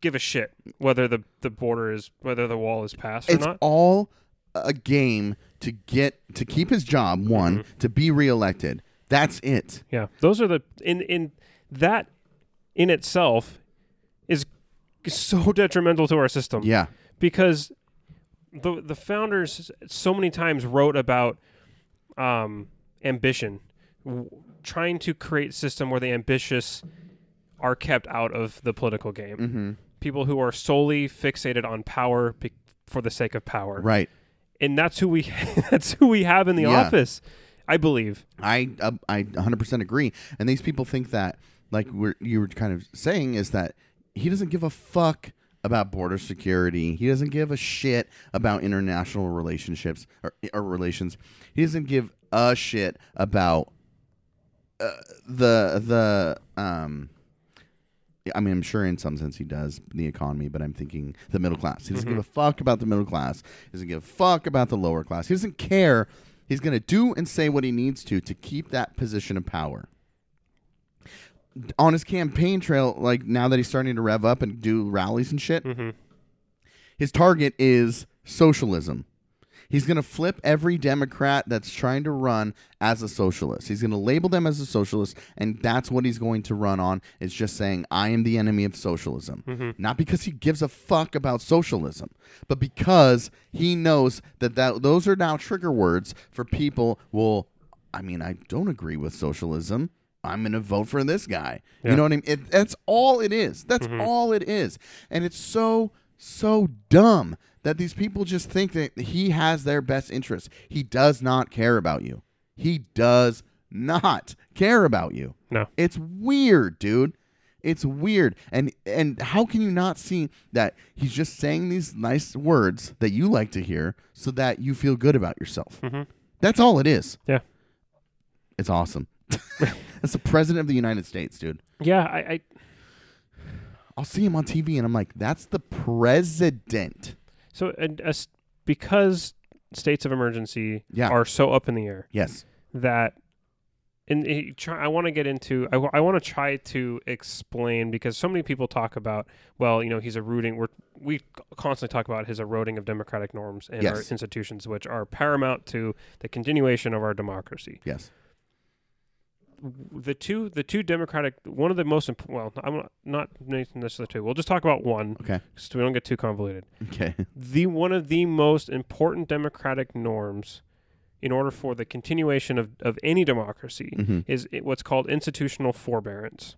Speaker 5: give a shit whether the the border is whether the wall is passed
Speaker 4: It's
Speaker 5: or not.
Speaker 4: all a game to get to keep his job, one, to be reelected. That's it.
Speaker 5: Yeah, those are the in in that in itself is so detrimental to our system
Speaker 4: Yeah.
Speaker 5: because the the founders so many times wrote about um, ambition, w- trying to create system where the ambitious are kept out of the political game.
Speaker 4: Mm-hmm.
Speaker 5: People who are solely fixated on power be- for the sake of power,
Speaker 4: Right.
Speaker 5: and that's who we that's who we have in the
Speaker 4: Yeah.
Speaker 5: office, I believe.
Speaker 4: I uh, I 100% agree. And these people think that like we're, you were kind of saying is that he doesn't give a fuck about border security. He doesn't give a shit about international relationships or, or relations. He doesn't give a shit about uh, the the um I mean, I'm sure in some sense he does the economy, but I'm thinking the middle class. He doesn't give a fuck about the middle class. He doesn't give a fuck about the lower class. He doesn't care. He's going to do and say what he needs to to keep that position of power. On his campaign trail, like now that he's starting to rev up and do rallies and shit, his target is socialism. He's going to flip every Democrat that's trying to run as a socialist. He's going to label them as a socialist, and that's what he's going to run on. It's just saying, I am the enemy of socialism. Not because he gives a fuck about socialism, but because he knows that, that those are now trigger words for people. Well, I mean, I don't agree with socialism. I'm going to vote for this guy. You
Speaker 5: Yeah.
Speaker 4: know what I mean? It, that's all it is. That's all it is. And it's so, so dumb that these people just think that he has their best interest. He does not care about you. He does not care about you.
Speaker 5: No.
Speaker 4: It's weird, dude. It's weird. And and how can you not see that he's just saying these nice words that you like to hear so that you feel good about yourself? That's all it is.
Speaker 5: Yeah.
Speaker 4: It's awesome. That's the president of the United States, dude.
Speaker 5: Yeah, I, I
Speaker 4: I'll see him on TV and I'm like, that's the president.
Speaker 5: so and as, because states of emergency
Speaker 4: Yeah.
Speaker 5: are so up in the air.
Speaker 4: Yes.
Speaker 5: that and he try, I want to get into I, want to try to explain because so many people talk about well you know he's eroding we're, we constantly talk about his eroding of democratic norms and our
Speaker 4: Yes.
Speaker 5: institutions which are paramount to the continuation of our democracy
Speaker 4: Yes.
Speaker 5: the two the two democratic one of the most important well I'm not- not making this the two we'll just talk about one
Speaker 4: Okay.
Speaker 5: so we don't get too convoluted
Speaker 4: Okay.
Speaker 5: the one of the most important democratic norms in order for the continuation of, of any democracy
Speaker 4: Mm-hmm.
Speaker 5: is i- what's called institutional forbearance.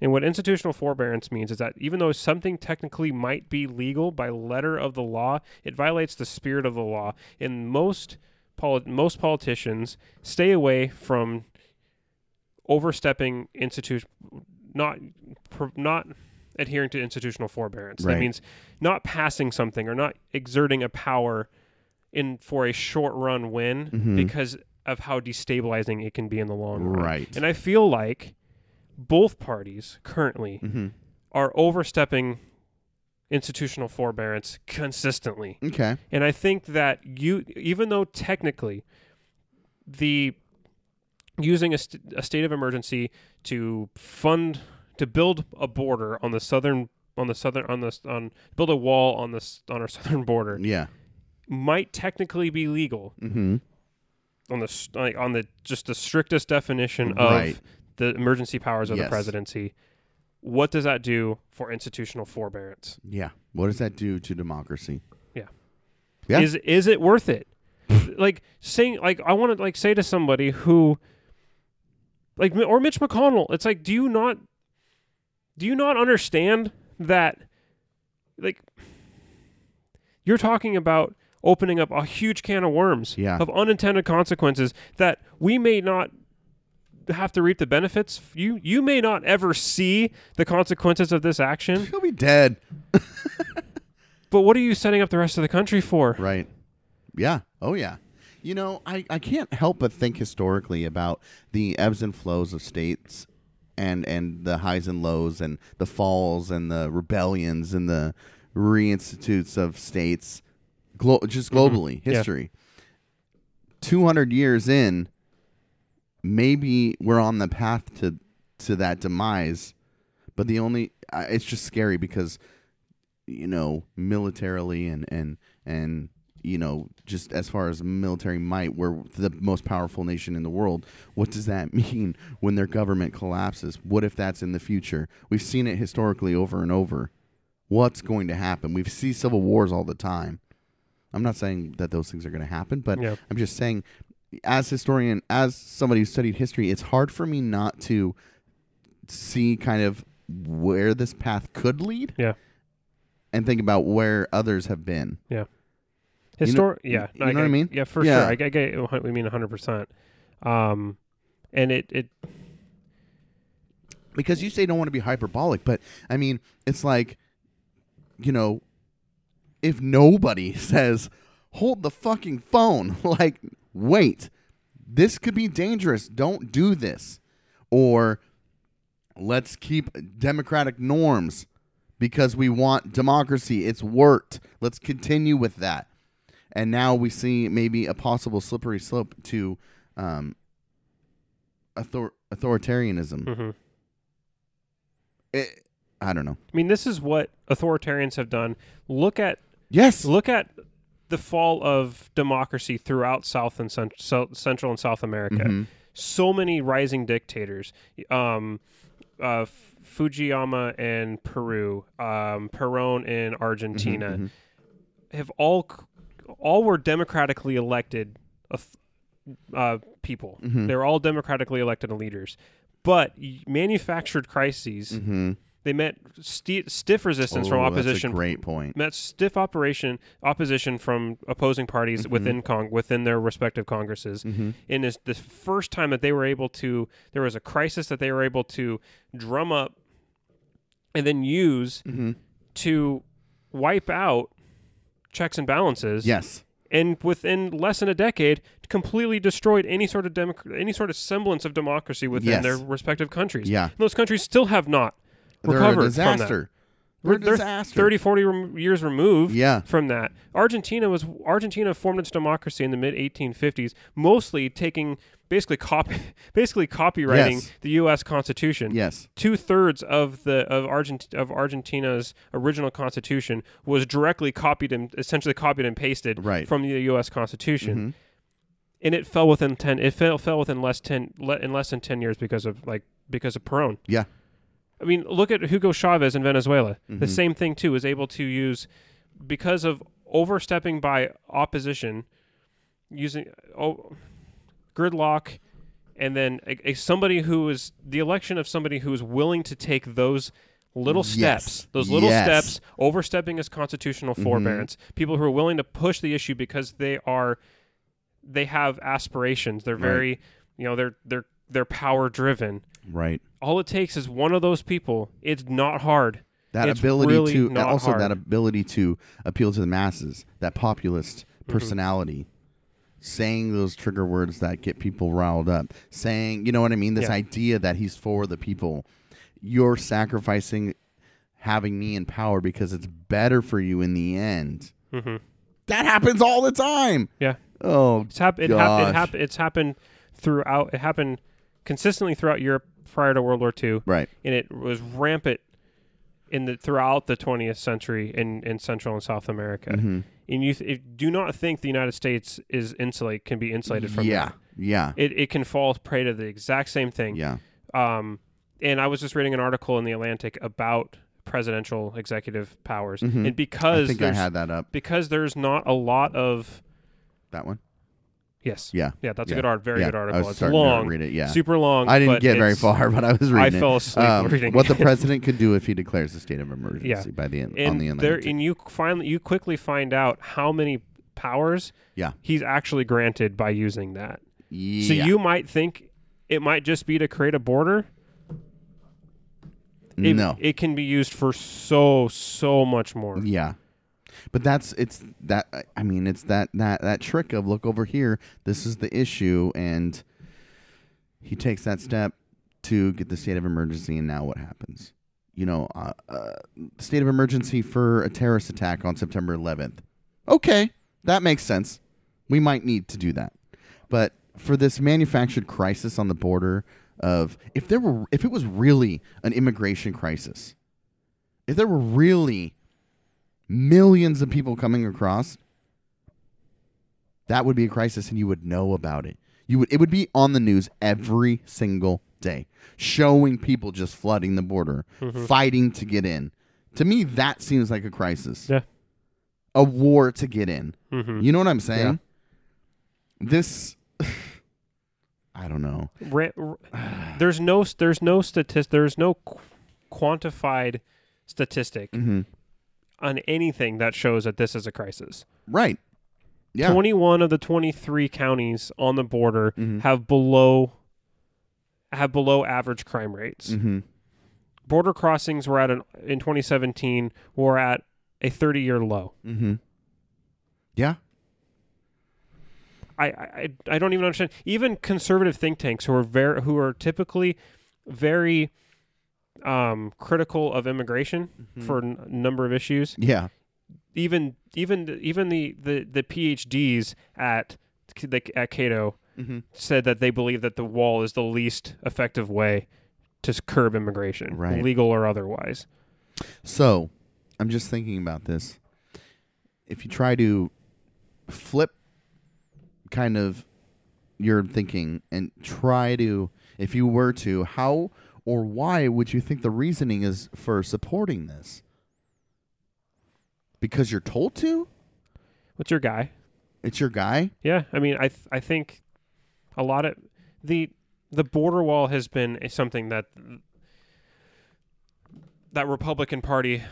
Speaker 5: And what institutional forbearance means is that even though something technically might be legal by letter of the law, it violates the spirit of the law. And most poli- most politicians stay away from overstepping institution not pr- not adhering to institutional forbearance.
Speaker 4: Right.
Speaker 5: That means not passing something or not exerting a power in for a short run win because of how destabilizing it can be in the long run.
Speaker 4: Right.
Speaker 5: And I feel like both parties currently
Speaker 4: Mm. Mm-hmm.
Speaker 5: are overstepping institutional forbearance consistently.
Speaker 4: Okay.
Speaker 5: And I think that you, even though technically the using a, st- a state of emergency to fund to build a border on the southern on the southern on the s- on build a wall on the s- on our southern border
Speaker 4: Yeah.
Speaker 5: might technically be legal
Speaker 4: Mm-hmm.
Speaker 5: on the s- like on the just the strictest definition of
Speaker 4: Right.
Speaker 5: the emergency powers of
Speaker 4: Yes.
Speaker 5: the presidency. What does that do for institutional forbearance?
Speaker 4: Yeah. What does that do to democracy? Yeah.
Speaker 5: Is is it worth it? like saying like I want to like say to somebody who like or Mitch McConnell, it's like do you not do you not understand that like you're talking about opening up a huge can of worms
Speaker 4: Yeah.
Speaker 5: of unintended consequences that we may not have to reap the benefits. You you may not ever see the consequences of this action,
Speaker 4: He'll be dead.
Speaker 5: but what are you setting up the rest of the country for?
Speaker 4: Right. Yeah. Oh, yeah. You know, I, I can't help but think historically about the ebbs and flows of states and, and the highs and lows and the falls and the rebellions and the reinstitutes of states, glo- just globally,
Speaker 5: Yeah.
Speaker 4: history. 200 years in, maybe we're on the path to, to that demise. But the only, I it's just scary because you know, militarily and and and you know, just as far as military might, we're the most powerful nation in the world. What does that mean when their government collapses? What if that's in the future? We've seen it historically over and over. What's going to happen? We see civil wars all the time. I'm not saying that those things are going to happen, but
Speaker 5: Yeah.
Speaker 4: I'm just saying, as historian, as somebody who studied history, it's hard for me not to see kind of where this path could lead
Speaker 5: Yeah.
Speaker 4: and think about where others have been. You know-
Speaker 5: Histor- yeah,
Speaker 4: you know what I
Speaker 5: get-
Speaker 4: mean?
Speaker 5: Yeah, for
Speaker 4: Yeah.
Speaker 5: sure. I, I get it, hun- we mean 100. percent Um, and it it
Speaker 4: because you say you don't want to be hyperbolic, but I mean, it's like, you know, if nobody says, hold the fucking phone, like, wait, this could be dangerous. Don't do this. Or let's keep democratic norms because we want democracy. It's worked. Let's continue with that. And now we see maybe a possible slippery slope to um, author- authoritarianism
Speaker 5: mhm.
Speaker 4: it, Eh, I don't know.
Speaker 5: I mean, this is what authoritarians have done. Look at
Speaker 4: Yes,
Speaker 5: look at the fall of democracy throughout South and Cent- so- Central and South America.
Speaker 4: Mm-hmm.
Speaker 5: So many rising dictators. Um, uh, F- Fujiyama in Peru, um, Perón in Argentina,
Speaker 4: Mm-hmm,
Speaker 5: have all c- all were democratically elected auth- uh, people.
Speaker 4: Mm-hmm.
Speaker 5: They're all democratically elected leaders, but y- manufactured crises. They met sti stiff resistance from
Speaker 4: Mm-hmm. Oh, that's a
Speaker 5: opposition
Speaker 4: great point.
Speaker 5: met stiff operation opposition from opposing parties
Speaker 4: Mm-hmm.
Speaker 5: within Cong within their respective congresses. And it's the first time that they were able to, there was a crisis that they were able to drum up and then use
Speaker 4: Mm-hmm.
Speaker 5: to wipe out checks and balances.
Speaker 4: Yes,
Speaker 5: And within less than a decade, completely destroyed any sort of democ- any sort of semblance of democracy within
Speaker 4: Yes.
Speaker 5: their respective countries.
Speaker 4: Yeah.
Speaker 5: And those countries still have not
Speaker 4: they're
Speaker 5: recovered
Speaker 4: a
Speaker 5: from that
Speaker 4: disaster. They're a
Speaker 5: they're
Speaker 4: disaster.
Speaker 5: 30 40 rem- years removed
Speaker 4: Yeah.
Speaker 5: from that argentina was argentina formed its democracy in the mid 1850s mostly taking basically copy basically copywriting
Speaker 4: Yes.
Speaker 5: the us constitution
Speaker 4: Yes,
Speaker 5: two-thirds of the of Argent, of argentina's original constitution was directly copied and essentially copied and pasted
Speaker 4: Right. Mm-hmm.
Speaker 5: from the us constitution and it fell within 10 it fell, fell within less 10 le, in less than 10 years because of like because of peron
Speaker 4: yeah,
Speaker 5: I mean, look at Hugo Chavez in Venezuela.
Speaker 4: Mm-hmm.
Speaker 5: The same thing too is able to use because of overstepping by opposition, using oh, gridlock, and then a, a- somebody who is the election of somebody who is willing to take those little
Speaker 4: Yes.
Speaker 5: steps, those little
Speaker 4: Yes. Mm-hmm.
Speaker 5: steps, overstepping his constitutional forbearance. People who are willing to push the issue because they are they have aspirations. They're very, you know, they're they're they're power driven
Speaker 4: right.
Speaker 5: all it takes is one of those people. It's not hard.
Speaker 4: That
Speaker 5: It's
Speaker 4: ability
Speaker 5: really
Speaker 4: to and
Speaker 5: not
Speaker 4: also
Speaker 5: hard.
Speaker 4: that ability to appeal to the masses, that populist
Speaker 5: Mm-hmm.
Speaker 4: personality, saying those trigger words that get people riled up, saying, you know what I mean, this
Speaker 5: Yeah.
Speaker 4: idea that he's for the people. You're sacrificing having me in power because it's better for you in the end.
Speaker 5: Mm-hmm.
Speaker 4: That happens all the time.
Speaker 5: yeah,
Speaker 4: Oh,
Speaker 5: it's happened. It hap-
Speaker 4: gosh.
Speaker 5: it hap- it's happened throughout. It happened consistently throughout Europe prior to World War II,
Speaker 4: Right.
Speaker 5: and it was rampant in the throughout the 20th century in, in Central and South America.
Speaker 4: Mm-hmm.
Speaker 5: And you th- it- do not think the United States is insulate can be insulated from
Speaker 4: yeah.
Speaker 5: that.
Speaker 4: Yeah.
Speaker 5: It it can fall prey to the exact same thing.
Speaker 4: yeah.
Speaker 5: Um, and I was just reading an article in the Atlantic about presidential executive powers, and
Speaker 4: Mm-hmm.
Speaker 5: because
Speaker 4: I think I
Speaker 5: there's-
Speaker 4: had that up.
Speaker 5: because there's not a lot of
Speaker 4: That one.
Speaker 5: yes
Speaker 4: Yeah.
Speaker 5: yeah that's
Speaker 4: Yeah.
Speaker 5: a good art very
Speaker 4: Yeah.
Speaker 5: good
Speaker 4: I was
Speaker 5: article it's
Speaker 4: starting to
Speaker 5: long
Speaker 4: read it, yeah.
Speaker 5: super long
Speaker 4: I didn't
Speaker 5: but
Speaker 4: get very
Speaker 5: it's-
Speaker 4: far, but I was reading. it.
Speaker 5: fell asleep
Speaker 4: Um,
Speaker 5: reading
Speaker 4: what the
Speaker 5: it.
Speaker 4: president could do if he declares a state of emergency
Speaker 5: Yeah.
Speaker 4: by the end on
Speaker 5: and
Speaker 4: the end.
Speaker 5: there and you finally you quickly find out how many powers
Speaker 4: yeah.
Speaker 5: he's actually granted by using that
Speaker 4: yeah.
Speaker 5: so you might think it might just be to create a border it,
Speaker 4: no.
Speaker 5: it can be used for so so much more
Speaker 4: yeah. But that's it's that I- I mean it's that that that trick of look over here. This is the issue, and he takes that step to get the state of emergency, and now what happens? You know, uh, uh, state of emergency for a terrorist attack on September 11th. Okay, that makes sense. We might need to do that, but for this manufactured crisis on the border of if there were if it was really an immigration crisis, if there were really millions of people coming across, That would be a crisis, and you would know about it. You would it would be on the news every single day, showing people just flooding the border, fighting to get in. To me, that seems like a crisis,
Speaker 5: Yeah.
Speaker 4: a war to get in. You know what I'm saying? This, I don't know.
Speaker 5: Ra- r- there's no s- there's no statistic there's no qu- quantified statistic
Speaker 4: Mm.
Speaker 5: on anything that shows that this is a crisis.
Speaker 4: Right? Yeah.
Speaker 5: 21 of the 23 counties on the border have below have below average crime rates.
Speaker 4: Mhm.
Speaker 5: Border crossings were at an, in 2017 were at a 30 year low.
Speaker 4: Mm-hmm. Yeah.
Speaker 5: I, I I don't even understand. Even conservative think tanks who are very who are typically very um, critical of immigration for a n- number of issues.
Speaker 4: Yeah.
Speaker 5: Even even even the the, the PhDs at K- the, at Cato said that they believe that the wall is the least effective way to s- curb immigration,
Speaker 4: Right.
Speaker 5: legal or otherwise.
Speaker 4: So, I'm just thinking about this. If you try to flip kind of your thinking and try to, if you were to, how or why would you think the reasoning is for supporting this? Because you're told to?
Speaker 5: What's your guy?
Speaker 4: It's your guy?
Speaker 5: Yeah, I mean, I th- I think a lot of the the border wall has been a- something that that Republican Party,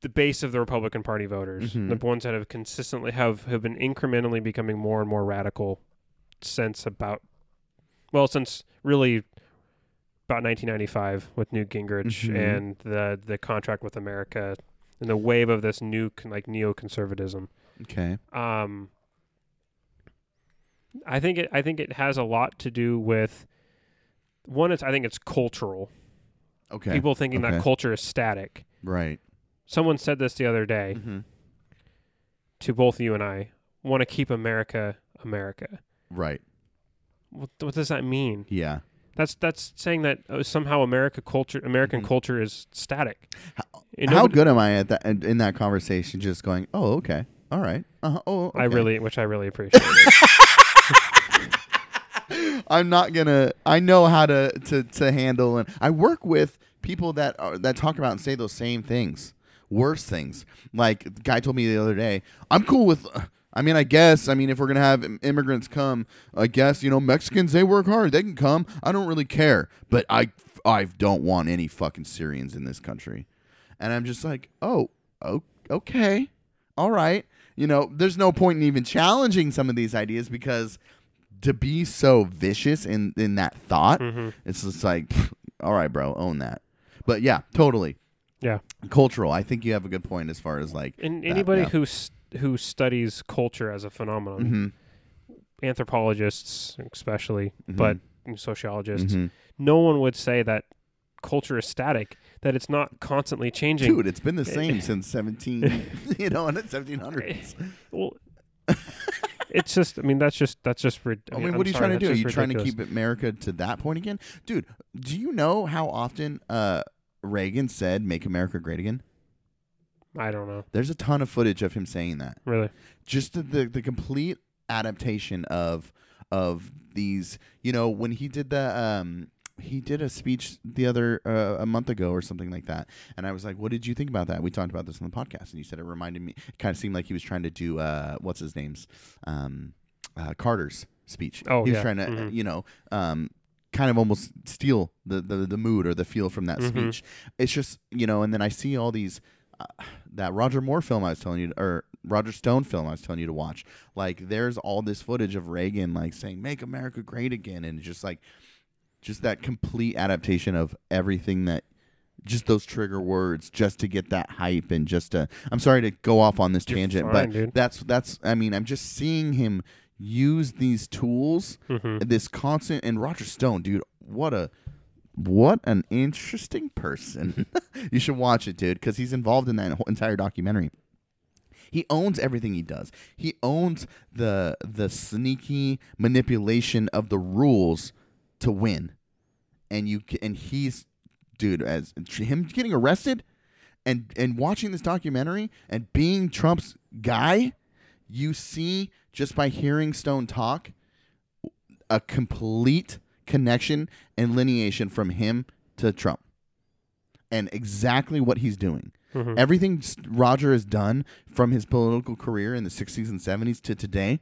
Speaker 5: the base of the Republican Party voters, the ones that have consistently have have been incrementally becoming more and more radical since about well since really about 1995 with Newt Gingrich
Speaker 4: Mhm.
Speaker 5: and the the contract with America and the wave of this new con- like neoconservatism
Speaker 4: Okay.
Speaker 5: um I think it I think it has a lot to do with one it's I think it's cultural.
Speaker 4: Okay.
Speaker 5: People thinking
Speaker 4: Okay.
Speaker 5: that culture is static.
Speaker 4: right.
Speaker 5: Someone said this the other day
Speaker 4: Mhm.
Speaker 5: to both you and I, want to keep America America.
Speaker 4: Right.
Speaker 5: What, what does that mean?
Speaker 4: Yeah.
Speaker 5: That's that's saying that uh, somehow America culture American culture is static. And
Speaker 4: Mm-hmm. How
Speaker 5: nobody-
Speaker 4: good am I at that in in that conversation? Just going, oh, okay, all right, uh-huh. oh,
Speaker 5: I
Speaker 4: okay."
Speaker 5: really which I really appreciate.
Speaker 4: I'm not gonna. I know how to to to handle, and I work with people that are that talk about and say those same things, worse things. Like the guy told me the other day, I'm cool with. I mean, I guess. I mean, if we're gonna have im- immigrants come, I guess you know Mexicans they work hard, they can come. I don't really care, but I I don't want any fucking Syrians in this country, and I'm just like, oh, oh okay, all right. You know, there's no point in even challenging some of these ideas because to be so vicious in in that thought,
Speaker 5: Mm-hmm.
Speaker 4: it's just like, pfft, all right, bro, own that. But yeah, totally
Speaker 5: yeah.
Speaker 4: cultural. I think you have a good point as far as like
Speaker 5: And
Speaker 4: that,
Speaker 5: anybody
Speaker 4: yeah.
Speaker 5: who s who studies culture as a phenomenon,
Speaker 4: Mm-hmm.
Speaker 5: anthropologists especially, but sociologists,
Speaker 4: Mm-hmm.
Speaker 5: no one would say that culture is static, that it's not constantly changing. Eh,
Speaker 4: dude, it's been the same since seventeen, you know, in the seventeen hundreds.
Speaker 5: Eh, Well, it's just. I mean, that's just. That's just. Rid-
Speaker 4: I mean,
Speaker 5: I'm
Speaker 4: what are you
Speaker 5: sorry,
Speaker 4: trying to
Speaker 5: that's
Speaker 4: do? Are
Speaker 5: just
Speaker 4: you trying to
Speaker 5: ridiculous.
Speaker 4: keep America to that point again, dude? Do you know how often uh, Reagan said "Make America Great Again"?
Speaker 5: I don't know.
Speaker 4: There's a ton of footage of him saying that.
Speaker 5: Really.
Speaker 4: just the, the the complete adaptation of of these you know when he did the um he did a speech the other uh, a month ago or something like that and i was like what did you think about that we talked about this on the podcast and you said it reminded me it kind of seemed like he was trying to do uh what's his name's um uh, carter's speech
Speaker 5: Oh,
Speaker 4: he was
Speaker 5: yeah.
Speaker 4: trying to
Speaker 5: Mhm.
Speaker 4: you know um kind of almost steal the the, the mood or the feel from that
Speaker 5: Mm-hmm.
Speaker 4: speech it's just you know and then i see all these uh, that Roger Moore film I was telling you, or Roger Stone film I was telling you to watch. Like, there's all this footage of Reagan like saying "Make America Great Again," and just like, just that complete adaptation of everything that, just those trigger words, just to get that hype and just to. I'm sorry to go off on this
Speaker 5: You're
Speaker 4: tangent,
Speaker 5: fine,
Speaker 4: but
Speaker 5: dude.
Speaker 4: that's that's. I mean, I'm just seeing him use these tools,
Speaker 5: Mm-hmm.
Speaker 4: this constant and Roger Stone, dude. What a what an interesting person. you should watch it, dude, because he's involved in that whole entire documentary. He owns everything he does. He owns the the sneaky manipulation of the rules to win, and you c- and he's dude as him getting arrested and and watching this documentary and being Trump's guy you see just by hearing Stone talk a complete connection and lineation from him to Trump and exactly what he's doing. Everything s- Roger has done from his political career in the 60s and 70s to today,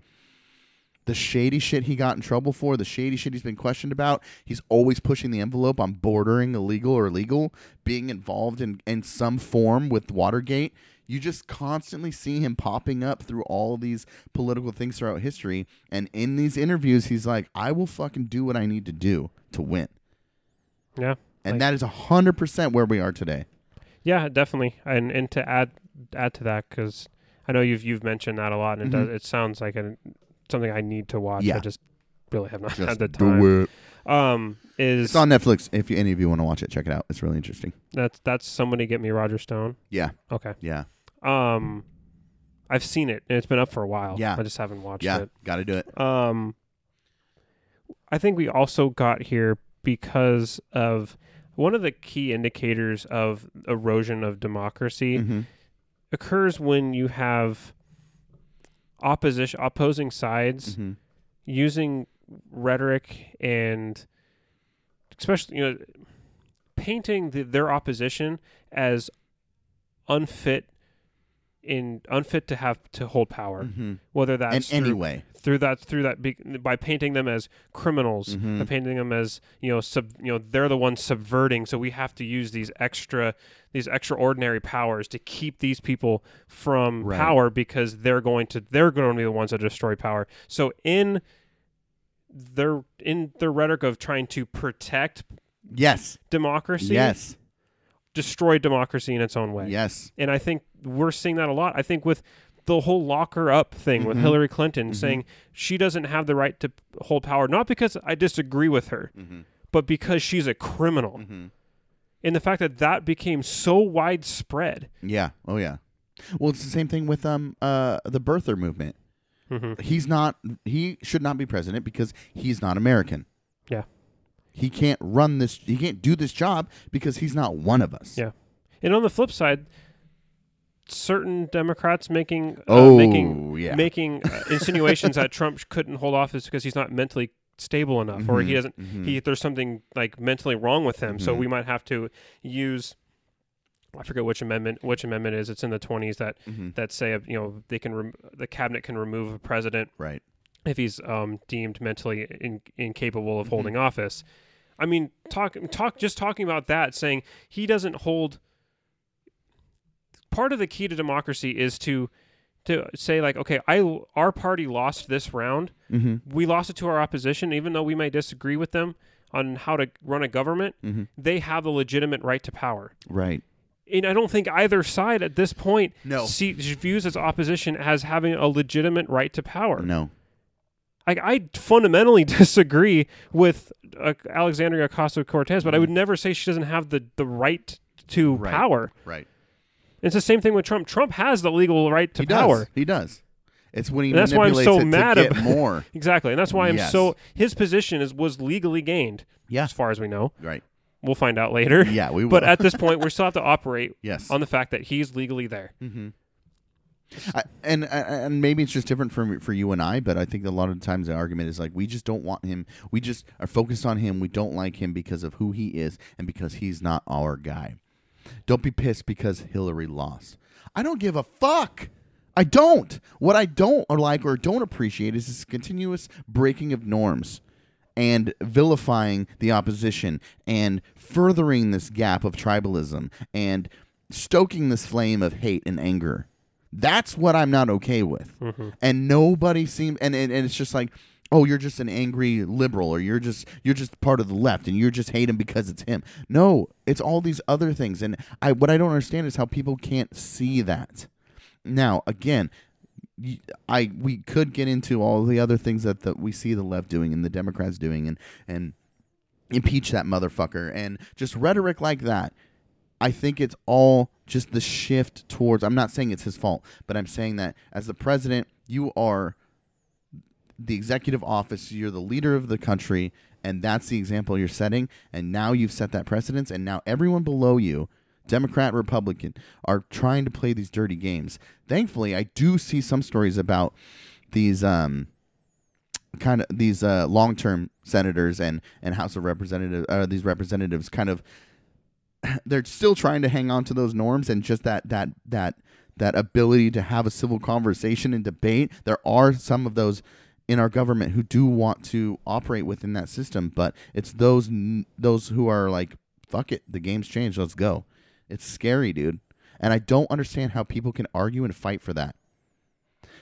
Speaker 4: the shady shit he got in trouble for, the shady shit he's been questioned about, he's always pushing the envelope on bordering illegal or legal, being involved in, in some form with Watergate. You just constantly see him popping up through all these political things throughout history. And in these interviews, he's like, I will fucking do what I need to do to win.
Speaker 5: Yeah.
Speaker 4: And that is 100% where we are today.
Speaker 5: Yeah, definitely. And and to add add to that because I know you've you've mentioned that a lot, and it does. It sounds like a, something I need to watch.
Speaker 4: Mm-hmm. Yeah.
Speaker 5: I just really have not
Speaker 4: Just
Speaker 5: had the time.
Speaker 4: it.
Speaker 5: Um, is
Speaker 4: It's on Netflix. If you, any of you want to watch it, check it out. It's really interesting.
Speaker 5: that's that's somebody get me Roger Stone?
Speaker 4: Yeah.
Speaker 5: Okay.
Speaker 4: Yeah.
Speaker 5: Um, I've seen it and it's been up for a while.
Speaker 4: Yeah.
Speaker 5: I just haven't watched
Speaker 4: Yeah.
Speaker 5: it.
Speaker 4: Got to do it.
Speaker 5: Um, I think we also got here because of one of the key indicators of erosion of democracy
Speaker 4: Mhm.
Speaker 5: occurs when you have opposition opposing sides
Speaker 4: Mhm.
Speaker 5: using rhetoric and especially you know painting the, their opposition as unfit in unfit to have to hold power
Speaker 4: Mhm.
Speaker 5: whether that's
Speaker 4: And
Speaker 5: through-
Speaker 4: anyway,
Speaker 5: through that through that big, by painting them as criminals
Speaker 4: Mhm.
Speaker 5: by painting them as you know sub you know they're the ones subverting so we have to use these extra these extraordinary powers to keep these people from
Speaker 4: Right.
Speaker 5: power because they're going to they're going to be the ones that destroy power so in their in their rhetoric of trying to protect
Speaker 4: yes,
Speaker 5: democracy
Speaker 4: yes,
Speaker 5: destroy democracy in its own way
Speaker 4: yes,
Speaker 5: and I think we're seeing that a lot. I think with the whole locker up thing with Hillary Clinton saying she doesn't have the right to p- hold power, not because I disagree with her, but because she's a criminal. And the fact that that became so widespread.
Speaker 4: yeah. Oh yeah. Well, it's the same thing with um uh the birther movement.
Speaker 5: Mm-hmm.
Speaker 4: He's not. He should not be president because he's not American.
Speaker 5: Yeah.
Speaker 4: He can't run this. He can't do this job because he's not one of us.
Speaker 5: Yeah. And on the flip side, certain Democrats making uh,
Speaker 4: Oh,
Speaker 5: making
Speaker 4: yeah.
Speaker 5: making uh, insinuations that Trump sh- couldn't hold office because he's not mentally stable enough, or he doesn't. He there's something like mentally wrong with him, so we might have to use. I forget which amendment which amendment it is. It's in the 20s that that say uh, you know they can rem- the cabinet can remove a president
Speaker 4: Right.
Speaker 5: if he's um, deemed mentally in, incapable of holding office. I mean, talk talk just talking about that, saying he doesn't hold. Part of the key to democracy is to to say like, okay, I our party lost this round. We lost it to our opposition, even though we may disagree with them on how to run a government. They have the legitimate right to power
Speaker 4: Right.
Speaker 5: and I don't think either side at this point
Speaker 4: No.
Speaker 5: see, views its opposition as having a legitimate right to power.
Speaker 4: No.
Speaker 5: I, I fundamentally disagree with uh, Alexandria Ocasio Cortez, but I would never say she doesn't have the, the right to
Speaker 4: Mm. Right.
Speaker 5: power.
Speaker 4: Right.
Speaker 5: It's the same thing with Trump. Trump has the legal right to
Speaker 4: He
Speaker 5: power.
Speaker 4: does. He does. It's when he
Speaker 5: And that's why I'm
Speaker 4: manipulates
Speaker 5: so
Speaker 4: it
Speaker 5: mad
Speaker 4: to get
Speaker 5: about
Speaker 4: more.
Speaker 5: Exactly, and that's why I'm
Speaker 4: Yes.
Speaker 5: so. His position is was legally gained,
Speaker 4: Yeah.
Speaker 5: as far as we know.
Speaker 4: Right.
Speaker 5: We'll find out later.
Speaker 4: Yeah, we
Speaker 5: But
Speaker 4: will.
Speaker 5: at this point, we still have to operate
Speaker 4: Yes. Mm.
Speaker 5: on the fact that he's legally there.
Speaker 4: I, and uh, and maybe it's just different for for you and I, but I think a lot of the times the argument is like we just don't want him. We just are focused on him. We don't like him because of who he is and because he's not our guy. Don't be pissed because Hillary lost. I don't give a fuck. I don't. What I don't or like or don't appreciate is this continuous breaking of norms and vilifying the opposition and furthering this gap of tribalism and stoking this flame of hate and anger. That's what I'm not okay with. And nobody seems and, and and it's just like, oh, you're just an angry liberal or you're just you're just part of the left and you're just hate him because it's him. No, it's all these other things. And I what I don't understand is how people can't see that. Now, again, y- I we could get into all the other things that the, we see the left doing and the Democrats doing and and impeach that motherfucker and just rhetoric like that. I think it's all just the shift towards. I'm not saying it's his fault, but I'm saying that as the president, you are the executive office, you're the leader of the country, and that's the example you're setting. And now you've set that precedence, and now everyone below you Democrat, Republican, are trying to play these dirty games. Thankfully, I do see some stories about these um, kind of these uh, long-term senators and and House of Representatives, uh, these representatives, kind of they're still trying to hang on to those norms and just that that that that ability to have a civil conversation and debate. There are some of those in our government who do want to operate within that system, but it's those n- those who are like, "Fuck it, the game's changed. Let's go." It's scary, dude, and I don't understand how people can argue and fight for that.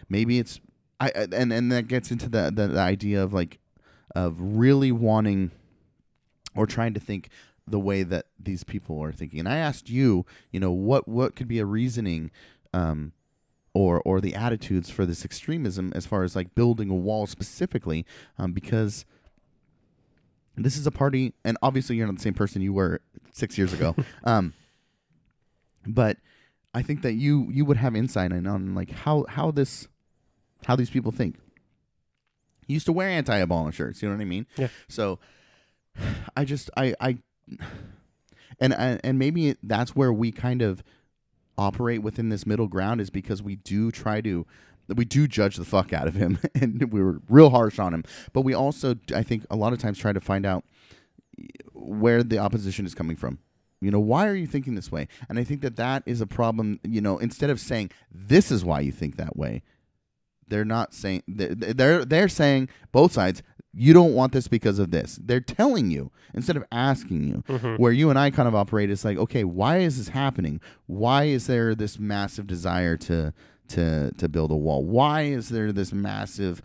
Speaker 4: Maybe it's I I- and and that gets into the the, the idea of like of really wanting or trying to think the way that these people are thinking. And I asked you, you know, what what could be a reasoning um or or the attitudes for this extremism as far as like building a wall specifically um because this is a party and obviously you're not the same person you were 6 years ago. um but I think that you you would have insight in on like how how this how these people think. You used to wear anti-Obama shirts, you know what I mean?
Speaker 5: Yeah.
Speaker 4: So I just I I and and and maybe that's where we kind of operate within this middle ground is because we do try to we do judge the fuck out of him and we were real harsh on him but we also i think a lot of times try to find out where the opposition is coming from you know why are you thinking this way and i think that that is a problem you know instead of saying this is why you think that way they're not saying they're they're, they're saying both sides you don't want this because of this they're telling you instead of asking you where you and i kind of operate it's like okay why is this happening why is there this massive desire to to to build a wall why is there this massive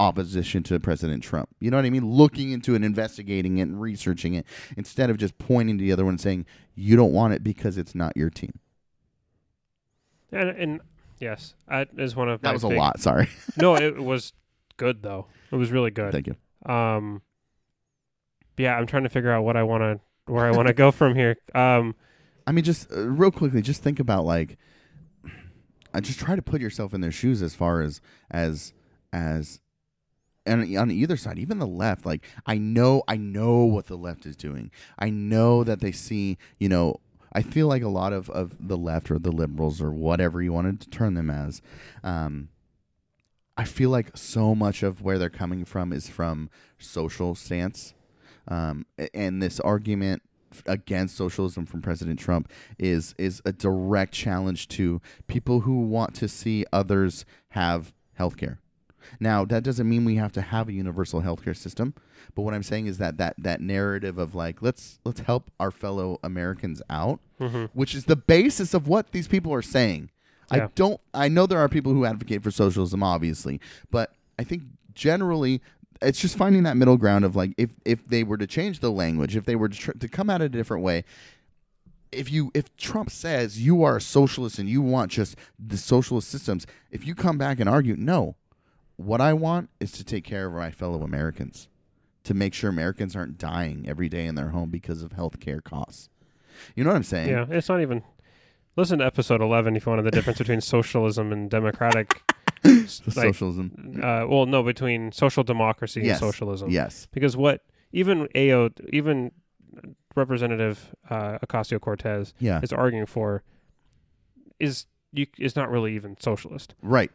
Speaker 4: opposition to president trump you know what i mean looking into it investigating it and researching it instead of just pointing to the other one and saying you don't want it because it's not your team
Speaker 5: And, and yes, I is one of
Speaker 4: that
Speaker 5: my
Speaker 4: was a
Speaker 5: big-
Speaker 4: lot sorry
Speaker 5: no, it was good though. It was really good.
Speaker 4: thank you
Speaker 5: Um, yeah, I'm trying to figure out what I want to where I want to go from here. Um,
Speaker 4: I mean, just uh, real quickly, just think about like, I just try to put yourself in their shoes as far as as as, and on either side, even the left. Like, I know, I know what the left is doing. I know that they see, you know. I feel like a lot of, of the left or the liberals or whatever you wanted to turn them as, um, I feel like so much of where they're coming from is from social stance um, a- and this argument f- against socialism from President Trump is is a direct challenge to people who want to see others have health care. Now, that doesn't mean we have to have a universal healthcare system, but what I'm saying is that that that narrative of like let's let's help our fellow Americans out, which is the basis of what these people are saying. I
Speaker 5: Yeah.
Speaker 4: don't I know there are people who advocate for socialism obviously, but I think generally it's just finding that middle ground of like if if they were to change the language, if they were to, tr- to come at it a different way, if you if Trump says you are a socialist and you want just the socialist systems, if you come back and argue, no, what I want is to take care of my fellow Americans, to make sure Americans aren't dying every day in their home because of health care costs. You know what I'm saying?
Speaker 5: yeah, it's not even. Listen to episode 11 if you want to know the difference between socialism and democratic. s- like,
Speaker 4: Socialism.
Speaker 5: uh, well, no, between social democracy
Speaker 4: Yes.
Speaker 5: and socialism.
Speaker 4: Yes.
Speaker 5: Because what even AO even Representative uh, Ocasio Cortez
Speaker 4: Yeah.
Speaker 5: is arguing for is you is not really even socialist.
Speaker 4: Right.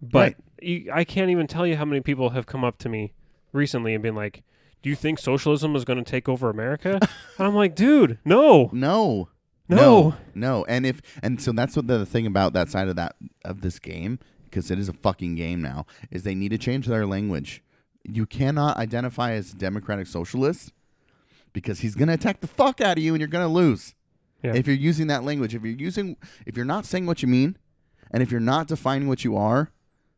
Speaker 5: But
Speaker 4: Right.
Speaker 5: you, I can't even tell you how many people have come up to me recently and been like, "Do you think socialism is going to take over America?" and I'm like, "Dude, no,
Speaker 4: No.
Speaker 5: no,
Speaker 4: No. And if and so that's what the thing about that side of that of this game because it is a fucking game now is they need to change their language. You cannot identify as democratic socialist because he's going to attack the fuck out of you and you're going to lose.
Speaker 5: Yeah.
Speaker 4: If you're using that language, if you're using if you're not saying what you mean and if you're not defining what you are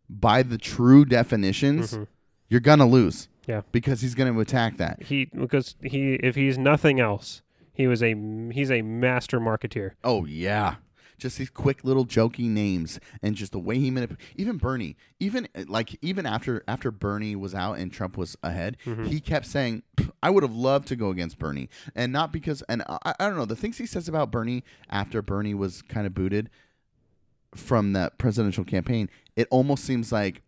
Speaker 4: by the true definitions, you're going to lose.
Speaker 5: Mm-hmm. Yeah.
Speaker 4: Because he's going to attack that.
Speaker 5: he because he if he's nothing else, he was a he's a master marketeer.
Speaker 4: Oh yeah, just these quick little jokey names and just the way he manip- even Bernie, even like even after after Bernie was out and Trump was ahead, he kept saying, "I would have loved to go against Bernie," and not because and I, I don't know the things he says about Bernie after Bernie was kind of booted from that presidential campaign, it almost seems like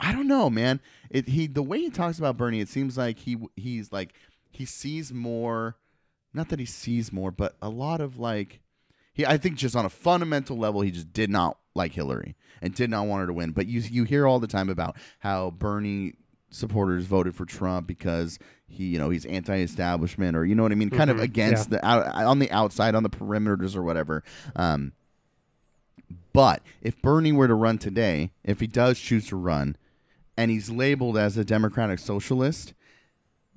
Speaker 4: I don't know, man. It he the way he talks about Bernie, it seems like he he's like he sees more not that he sees more, but a lot of like he I think just on a fundamental level he just did not like Hillary and did not want her to win. But you you hear all the time about how Bernie supporters voted for Trump because he you know he's anti-establishment or you know what I mean, kind of against the out, on the outside on the perimeters or whatever. Um, but if Bernie were to run today, if he does choose to run, and he's labeled as a democratic socialist,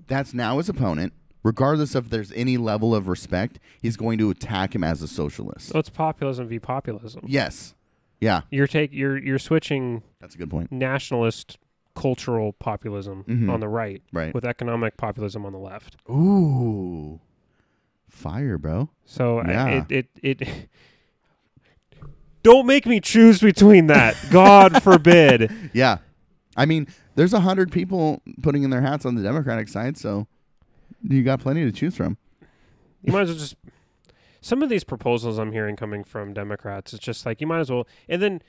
Speaker 4: that's now his opponent. Regardless of there's any level of respect, he's going to attack him as a socialist.
Speaker 5: So it's populism v populism.
Speaker 4: Yes. Yeah,
Speaker 5: You're take you're you're switching
Speaker 4: that's a good point.
Speaker 5: nationalist cultural populism on the right,
Speaker 4: Mm-hmm. Right.
Speaker 5: with economic populism on the left.
Speaker 4: Ooh. Fire, bro.
Speaker 5: So I-
Speaker 4: Yeah.
Speaker 5: it it it. Don't make me choose between that. God forbid.
Speaker 4: Yeah. I mean, there's a hundred people putting in their hats on the Democratic side, so you got plenty to choose from.
Speaker 5: You might as well just. Some of these proposals I'm hearing coming from Democrats, it's just like you might as well. And then,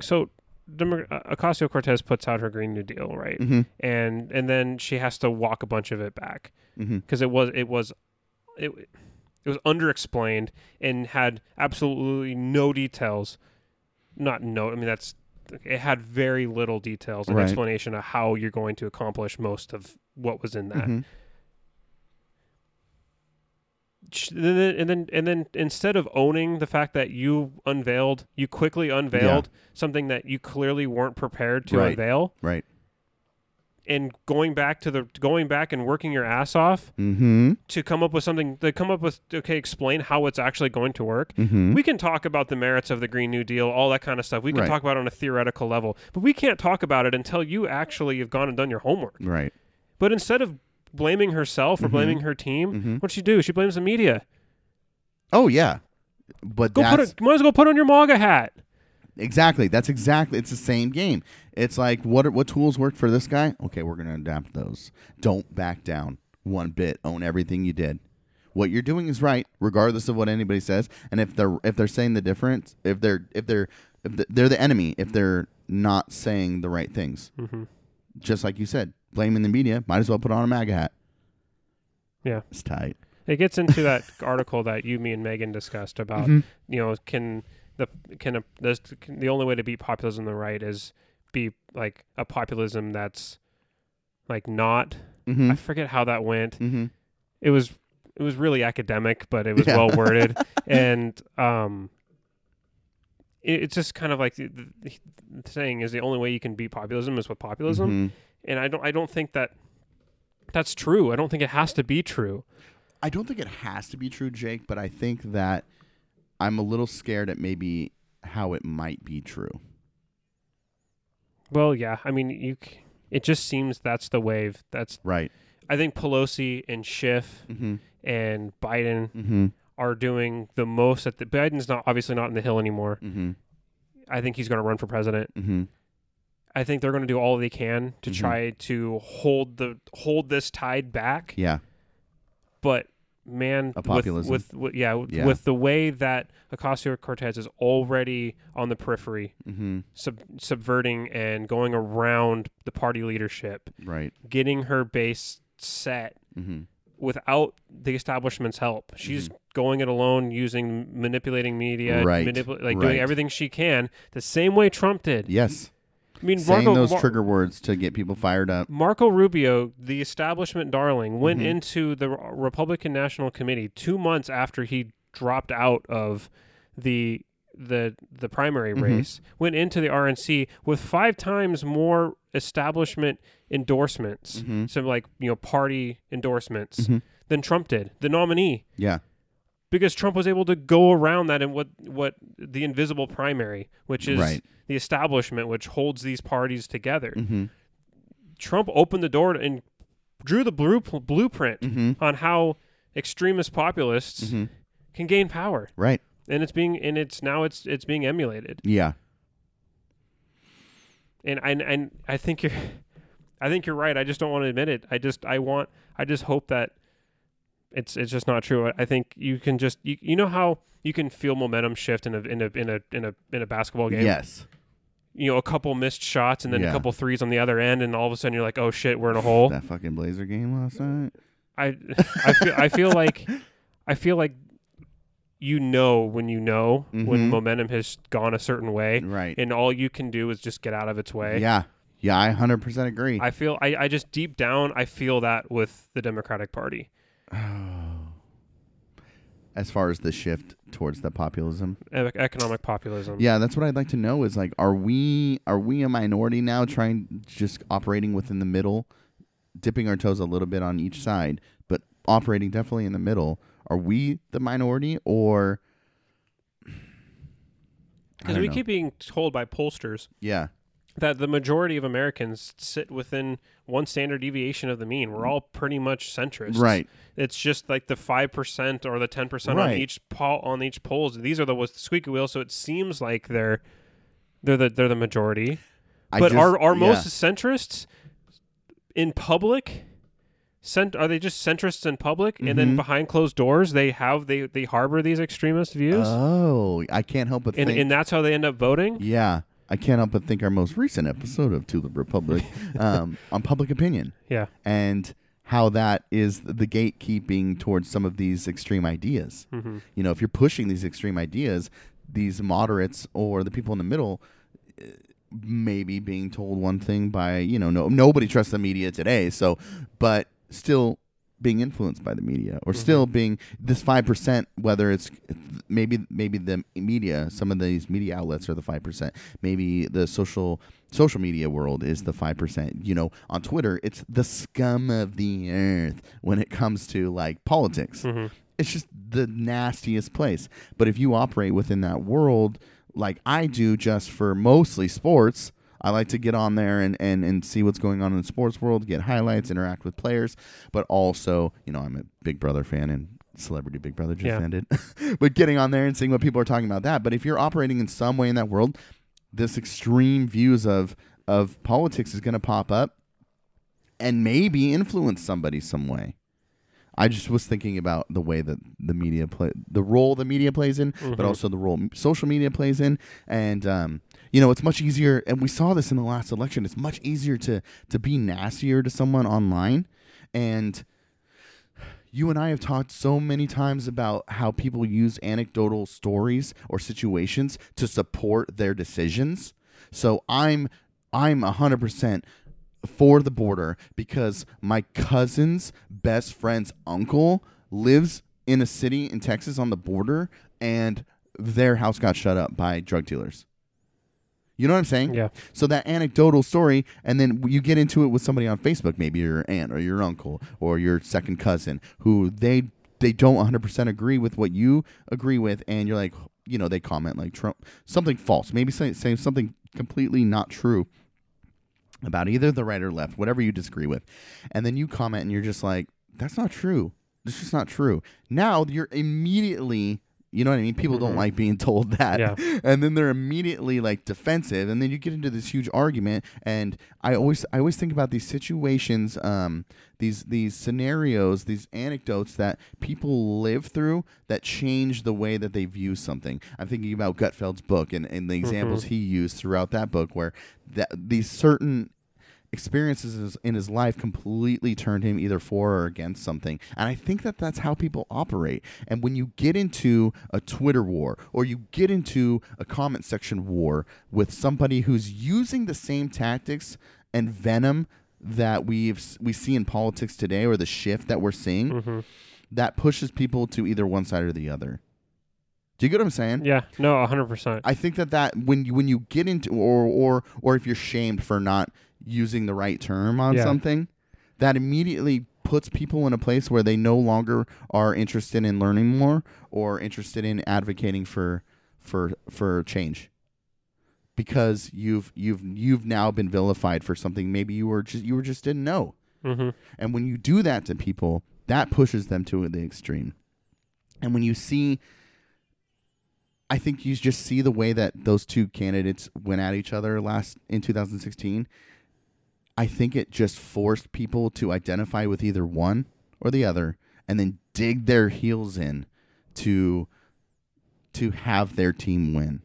Speaker 5: so Ocasio Cortez puts out her Green New Deal, right?
Speaker 4: Mm-hmm.
Speaker 5: And and then she has to walk a bunch of it back because
Speaker 4: Mm-hmm.
Speaker 5: it was it was it it was underexplained and had absolutely no details. Not no, I mean that's it had very little details and
Speaker 4: Right.
Speaker 5: explanation of how you're going to accomplish most of what was in that
Speaker 4: Mm-hmm.
Speaker 5: sh- and then and then and then instead of owning the fact that you unveiled you quickly unveiled something that you clearly weren't prepared to
Speaker 4: Right.
Speaker 5: unveil
Speaker 4: Right.
Speaker 5: and going back to the going back and working your ass off
Speaker 4: Mm-hmm.
Speaker 5: to come up with something to come up with okay explain how it's actually going to work
Speaker 4: Mhm.
Speaker 5: we can talk about the merits of the green new deal all that kind of stuff we can
Speaker 4: Right.
Speaker 5: talk about it on a theoretical level but we can't talk about it until you actually have gone and done your homework
Speaker 4: Right.
Speaker 5: but instead of blaming herself or
Speaker 4: Mm-hmm.
Speaker 5: blaming her team what'd she do she blames the media
Speaker 4: Oh yeah. But
Speaker 5: Go put
Speaker 4: that's
Speaker 5: it. Might as well put on your MAGA hat.
Speaker 4: exactly that's exactly it's the same game. It's like what are- what tools work for this guy? Okay, we're gonna adapt those. Don't back down one bit. Own everything you did. What you're doing is right, regardless of what anybody says. And if they're if they're saying the difference, if they're if they're if the- they're the enemy, if they're not saying the right things,
Speaker 5: Mm-hmm.
Speaker 4: just like you said, blaming the media, might as well put on a MAGA hat.
Speaker 5: Yeah,
Speaker 4: It's tight.
Speaker 5: it gets into that article that you, me, and Megan discussed
Speaker 4: Mm-hmm.
Speaker 5: about you know can the can a, this, can, the only way to beat populism on the right is be like a populism that's like not. I forget how that went.
Speaker 4: Mm-hmm.
Speaker 5: It was it was really academic, but it was
Speaker 4: Yeah.
Speaker 5: well worded, and um, it, it's just kind of like the, the, the saying is the only way you can beat populism is with
Speaker 4: Mm-hmm.
Speaker 5: populism. and I don't I don't think that that's true. I don't think it has to be true.
Speaker 4: I don't think it has to be true, Jake, but I think that I'm a little scared at maybe how it might be true.
Speaker 5: Well, yeah. I mean, you c- it just seems that's the wave. That's
Speaker 4: Right.
Speaker 5: I think Pelosi and Schiff and Biden
Speaker 4: Mm-hmm.
Speaker 5: are doing the most at the Biden's not obviously not in the hill anymore.
Speaker 4: Mm-hmm.
Speaker 5: I think he's going to run for president.
Speaker 4: Mm-hmm.
Speaker 5: I think they're going to do all they can to try to hold the hold this tide back.
Speaker 4: Yeah.
Speaker 5: but man,
Speaker 4: A
Speaker 5: with-
Speaker 4: populism.
Speaker 5: With, with, yeah, with-
Speaker 4: Yeah.
Speaker 5: with the way that Ocasio Cortez is already on the periphery,
Speaker 4: Mm-hmm.
Speaker 5: sub- subverting and going around the party leadership,
Speaker 4: Right.
Speaker 5: getting her base set
Speaker 4: Mm-hmm.
Speaker 5: without the establishment's help. She's going it alone, using manipulating media,
Speaker 4: Right.
Speaker 5: manipula- like
Speaker 4: Right.
Speaker 5: doing everything she can, the same way Trump did.
Speaker 4: Yes.
Speaker 5: I mean,
Speaker 4: Saying
Speaker 5: Marco-
Speaker 4: those
Speaker 5: Mar-
Speaker 4: trigger words to get people fired up.
Speaker 5: Marco Rubio, the establishment darling, went
Speaker 4: Mm-hmm.
Speaker 5: into the R- Republican National Committee two months after he dropped out of the the the primary
Speaker 4: Mm-hmm.
Speaker 5: race. Went into the RNC with five times more establishment endorsements,
Speaker 4: Mm-hmm.
Speaker 5: some like you know party endorsements than Trump did, the nominee,
Speaker 4: Yeah.
Speaker 5: because Trump was able to go around that and what what the invisible primary, which is
Speaker 4: Right.
Speaker 5: the establishment, which holds these parties together.
Speaker 4: Mm-hmm.
Speaker 5: Trump opened the door and drew the blue blueprint
Speaker 4: Mm-hmm.
Speaker 5: on how extremist populists can gain power,
Speaker 4: Right.
Speaker 5: and it's being and it's now it's it's being emulated,
Speaker 4: Yeah.
Speaker 5: and and, and I think you're, I think you're right. I just don't want to admit it. I just I want I just hope that it's it's just not true. I- I think you can just you, you know how you can feel momentum shift in a in a in a in a in a basketball game.
Speaker 4: Yes.
Speaker 5: You know, a couple missed shots and then
Speaker 4: Yeah.
Speaker 5: a couple threes on the other end, and all of a sudden you're like, oh shit, we're in a hole.
Speaker 4: That fucking Blazer game last night.
Speaker 5: I I feel I feel like I feel like you know when you know when
Speaker 4: Mhm.
Speaker 5: momentum has gone a certain way,
Speaker 4: Right.
Speaker 5: And all you can do is just get out of its way.
Speaker 4: Yeah. Yeah, I 100% agree.
Speaker 5: I feel I, I just deep down I feel that with the Democratic Party.
Speaker 4: as far as the shift towards the populism.
Speaker 5: E- economic populism.
Speaker 4: Yeah, that's what I'd like to know is like are we are we a minority now trying just operating within the middle, dipping our toes a little bit on each side, but operating definitely in the middle. Are we the minority or I
Speaker 5: Because
Speaker 4: don't
Speaker 5: we
Speaker 4: know.
Speaker 5: keep being told by pollsters
Speaker 4: yeah.
Speaker 5: that the majority of Americans sit within one standard deviation of the mean. We're all pretty much centrists.
Speaker 4: Mm. Right.
Speaker 5: It's just like the five percent or the ten percent on
Speaker 4: Right.
Speaker 5: each poll on each polls. These are the was the squeaky wheel, so it seems like they're they're the they're the majority.
Speaker 4: I
Speaker 5: but
Speaker 4: just-
Speaker 5: are are
Speaker 4: yeah.
Speaker 5: most centrists in public? Cent- are they just centrists in public, and
Speaker 4: Mm-hmm.
Speaker 5: then behind closed doors they have they they harbor these extremist views,
Speaker 4: Oh, I can't help but
Speaker 5: and
Speaker 4: think
Speaker 5: and that's how they end up voting.
Speaker 4: Yeah. I can't help but think our most recent episode of To the Republic um, on public opinion.
Speaker 5: Yeah,
Speaker 4: and how that is the gatekeeping towards some of these extreme ideas. You know, if you're pushing these extreme ideas, these moderates or the people in the middle eh, maybe being told one thing by, you know, no nobody trusts the media today, so but still being influenced by the media or still being this 5% whether it's maybe maybe the media some of these media outlets are the 5% maybe the social social media world is the 5% you know on twitter it's the scum of the earth when it comes to like politics it's just the nastiest place but if you operate within that world like i do just for mostly sports I like to get on there and, and, and see what's going on in the sports world, get highlights, interact with players, but also, you know, I'm a Big Brother fan and Celebrity Big Brother just
Speaker 5: Yeah.
Speaker 4: ended. but getting on there and seeing what people are talking about that. But if you're operating in some way in that world, this extreme views of of politics is going to pop up and maybe influence somebody some way. I just was thinking about the way that the media play, the role the media plays in, but also the role m- social media plays in, and um, you know, it's much easier. And we saw this in the last election. It's much easier to to be nastier to someone online, and you and I have talked so many times about how people use anecdotal stories or situations to support their decisions. So I'm I'm 100% for the border because my cousin's best friend's uncle lives in a city in Texas on the border and their house got shut up by drug dealers. You know what I'm saying?
Speaker 5: Yeah.
Speaker 4: So that anecdotal story, and then you get into it with somebody on Facebook, maybe your aunt or your uncle or your second cousin, who they they don't 100% agree with what you agree with, and you're like, you know, they comment like Trump something false, maybe say, say something completely not true about either the right or left, whatever you disagree with, and then you comment and you're just like, that's not true. It's just not true. Now you're immediately, you know what I mean? People don't like being told that
Speaker 5: Mm-hmm. Yeah.
Speaker 4: and then they're immediately like defensive and then you get into this huge argument and i always i always think about these situations um these these scenarios these anecdotes that people live through that change the way that they view something i'm thinking about gutfeld's book and, and the examples he used throughout that book where that these certain experiences in his- in his life completely turned him either for or against something. And I think that that's how people operate. And when you get into a Twitter war or you get into a comment section war with somebody who's using the same tactics and venom that we've s- we see in politics today or the shift that we're seeing,
Speaker 5: Mm. Mm-hmm.
Speaker 4: that pushes people to either one side or the other. Do you get what I'm saying?
Speaker 5: yeah, no, hundred percent.
Speaker 4: I think that that when you when you get into or or or if you're shamed for not using the right term on
Speaker 5: Yeah.
Speaker 4: something, that immediately puts people in a place where they no longer are interested in learning more or interested in advocating for for for change. Because you've you've you've now been vilified for something maybe you were just you were just didn't know.
Speaker 5: Mm-hmm.
Speaker 4: And when you do that to people, that pushes them to the extreme. And when you see, I think you just see the way that those two candidates went at each other last in 2016. I think it just forced people to identify with either one or the other and then dig their heels in to to have their team win.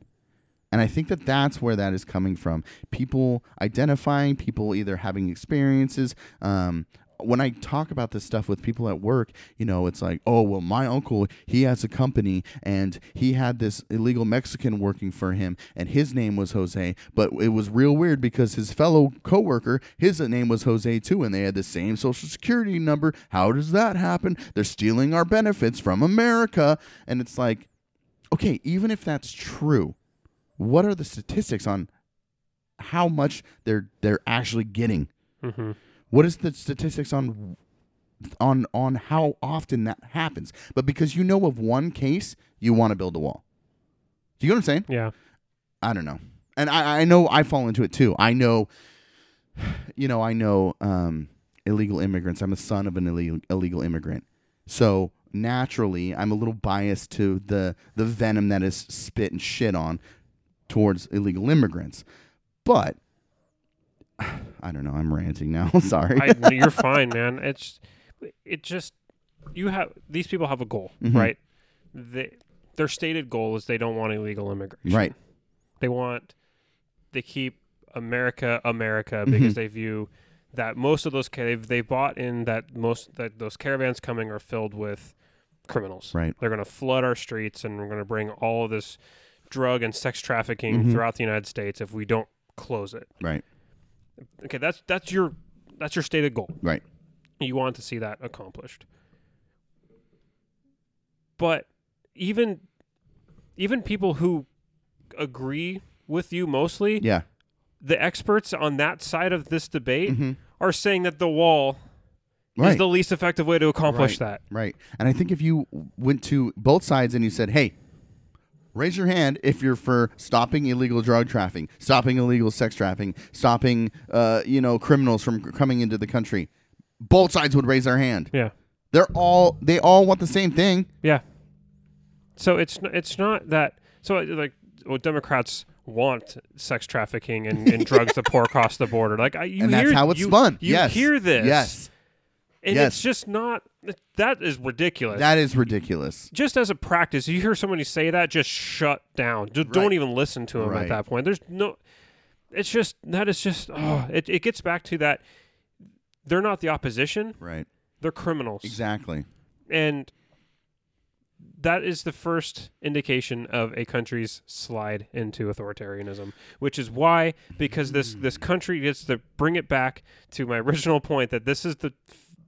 Speaker 4: And I think that that's where that is coming from. People identifying, people either having experiences um, when I talk about this stuff with people at work, you know, it's like, oh well, my uncle he has a company and he had this illegal Mexican working for him, and his name was Jose, but it was real weird because his fellow coworker, his name was Jose too, and they had the same social security number. How does that happen? They're stealing our benefits from America, and it's like, okay, even if that's true, what are the statistics on how much they're they're actually getting?
Speaker 5: hmm
Speaker 4: What is the statistics on on on how often that happens? But because you know of one case, you want to build a wall. Do you get what I'm saying?
Speaker 5: Yeah.
Speaker 4: I don't know. And I, I know I fall into it too. I know, you know, I know um, illegal immigrants. I'm a son of an illegal, illegal immigrant. So naturally, I'm a little biased to the, the venom that is spit and shit on towards illegal immigrants. But I don't know. I'm ranting now. Sorry.
Speaker 5: I, no, you're fine, man. It's it just you have these people have a goal,
Speaker 4: Mm-hmm.
Speaker 5: right? They, their stated goal is they don't want illegal immigration.
Speaker 4: right.
Speaker 5: They want they keep America
Speaker 4: Mm-hmm.
Speaker 5: America because they view that most of those ca- they've they bought in that most that those caravans coming are filled with criminals.
Speaker 4: Right.
Speaker 5: They're going to flood our streets and we're going to bring all of this drug and sex trafficking
Speaker 4: Mm-hmm.
Speaker 5: throughout the United States if we don't close it.
Speaker 4: Right.
Speaker 5: Okay, that's that's your that's your stated goal
Speaker 4: Right.
Speaker 5: you want to see that accomplished. But even even people who agree with you mostly,
Speaker 4: Yeah.
Speaker 5: the experts on that side of this debate are saying that the wall
Speaker 4: Mm-hmm. Right.
Speaker 5: is the least effective way to accomplish
Speaker 4: right,
Speaker 5: that.
Speaker 4: Right. And I think if you went to both sides and you said, hey, raise your hand if you're for stopping illegal drug trafficking, stopping illegal sex trafficking, stopping, uh, you know, criminals from c- coming into the country, both sides would raise their hand.
Speaker 5: Yeah.
Speaker 4: They're all, they all want the same thing.
Speaker 5: Yeah. So it's n- it's not that so uh, like well, Democrats want sex trafficking and, and drugs to pour across the border. Like I, you
Speaker 4: And that's
Speaker 5: hear,
Speaker 4: how it's
Speaker 5: you,
Speaker 4: spun.
Speaker 5: You
Speaker 4: yes.
Speaker 5: hear this,
Speaker 4: Yes.
Speaker 5: and
Speaker 4: Yes.
Speaker 5: it's just not. That is ridiculous.
Speaker 4: That is ridiculous.
Speaker 5: just as a practice, you hear somebody say that, just shut down. Just
Speaker 4: Right.
Speaker 5: don't even listen to him
Speaker 4: Right.
Speaker 5: at that point. There's no. It's just that is just. Oh, it it gets back to that. They're not the opposition.
Speaker 4: Right.
Speaker 5: They're criminals.
Speaker 4: Exactly.
Speaker 5: And that is the first indication of a country's slide into authoritarianism, which is why because this this country gets to bring it back to my original point that this is the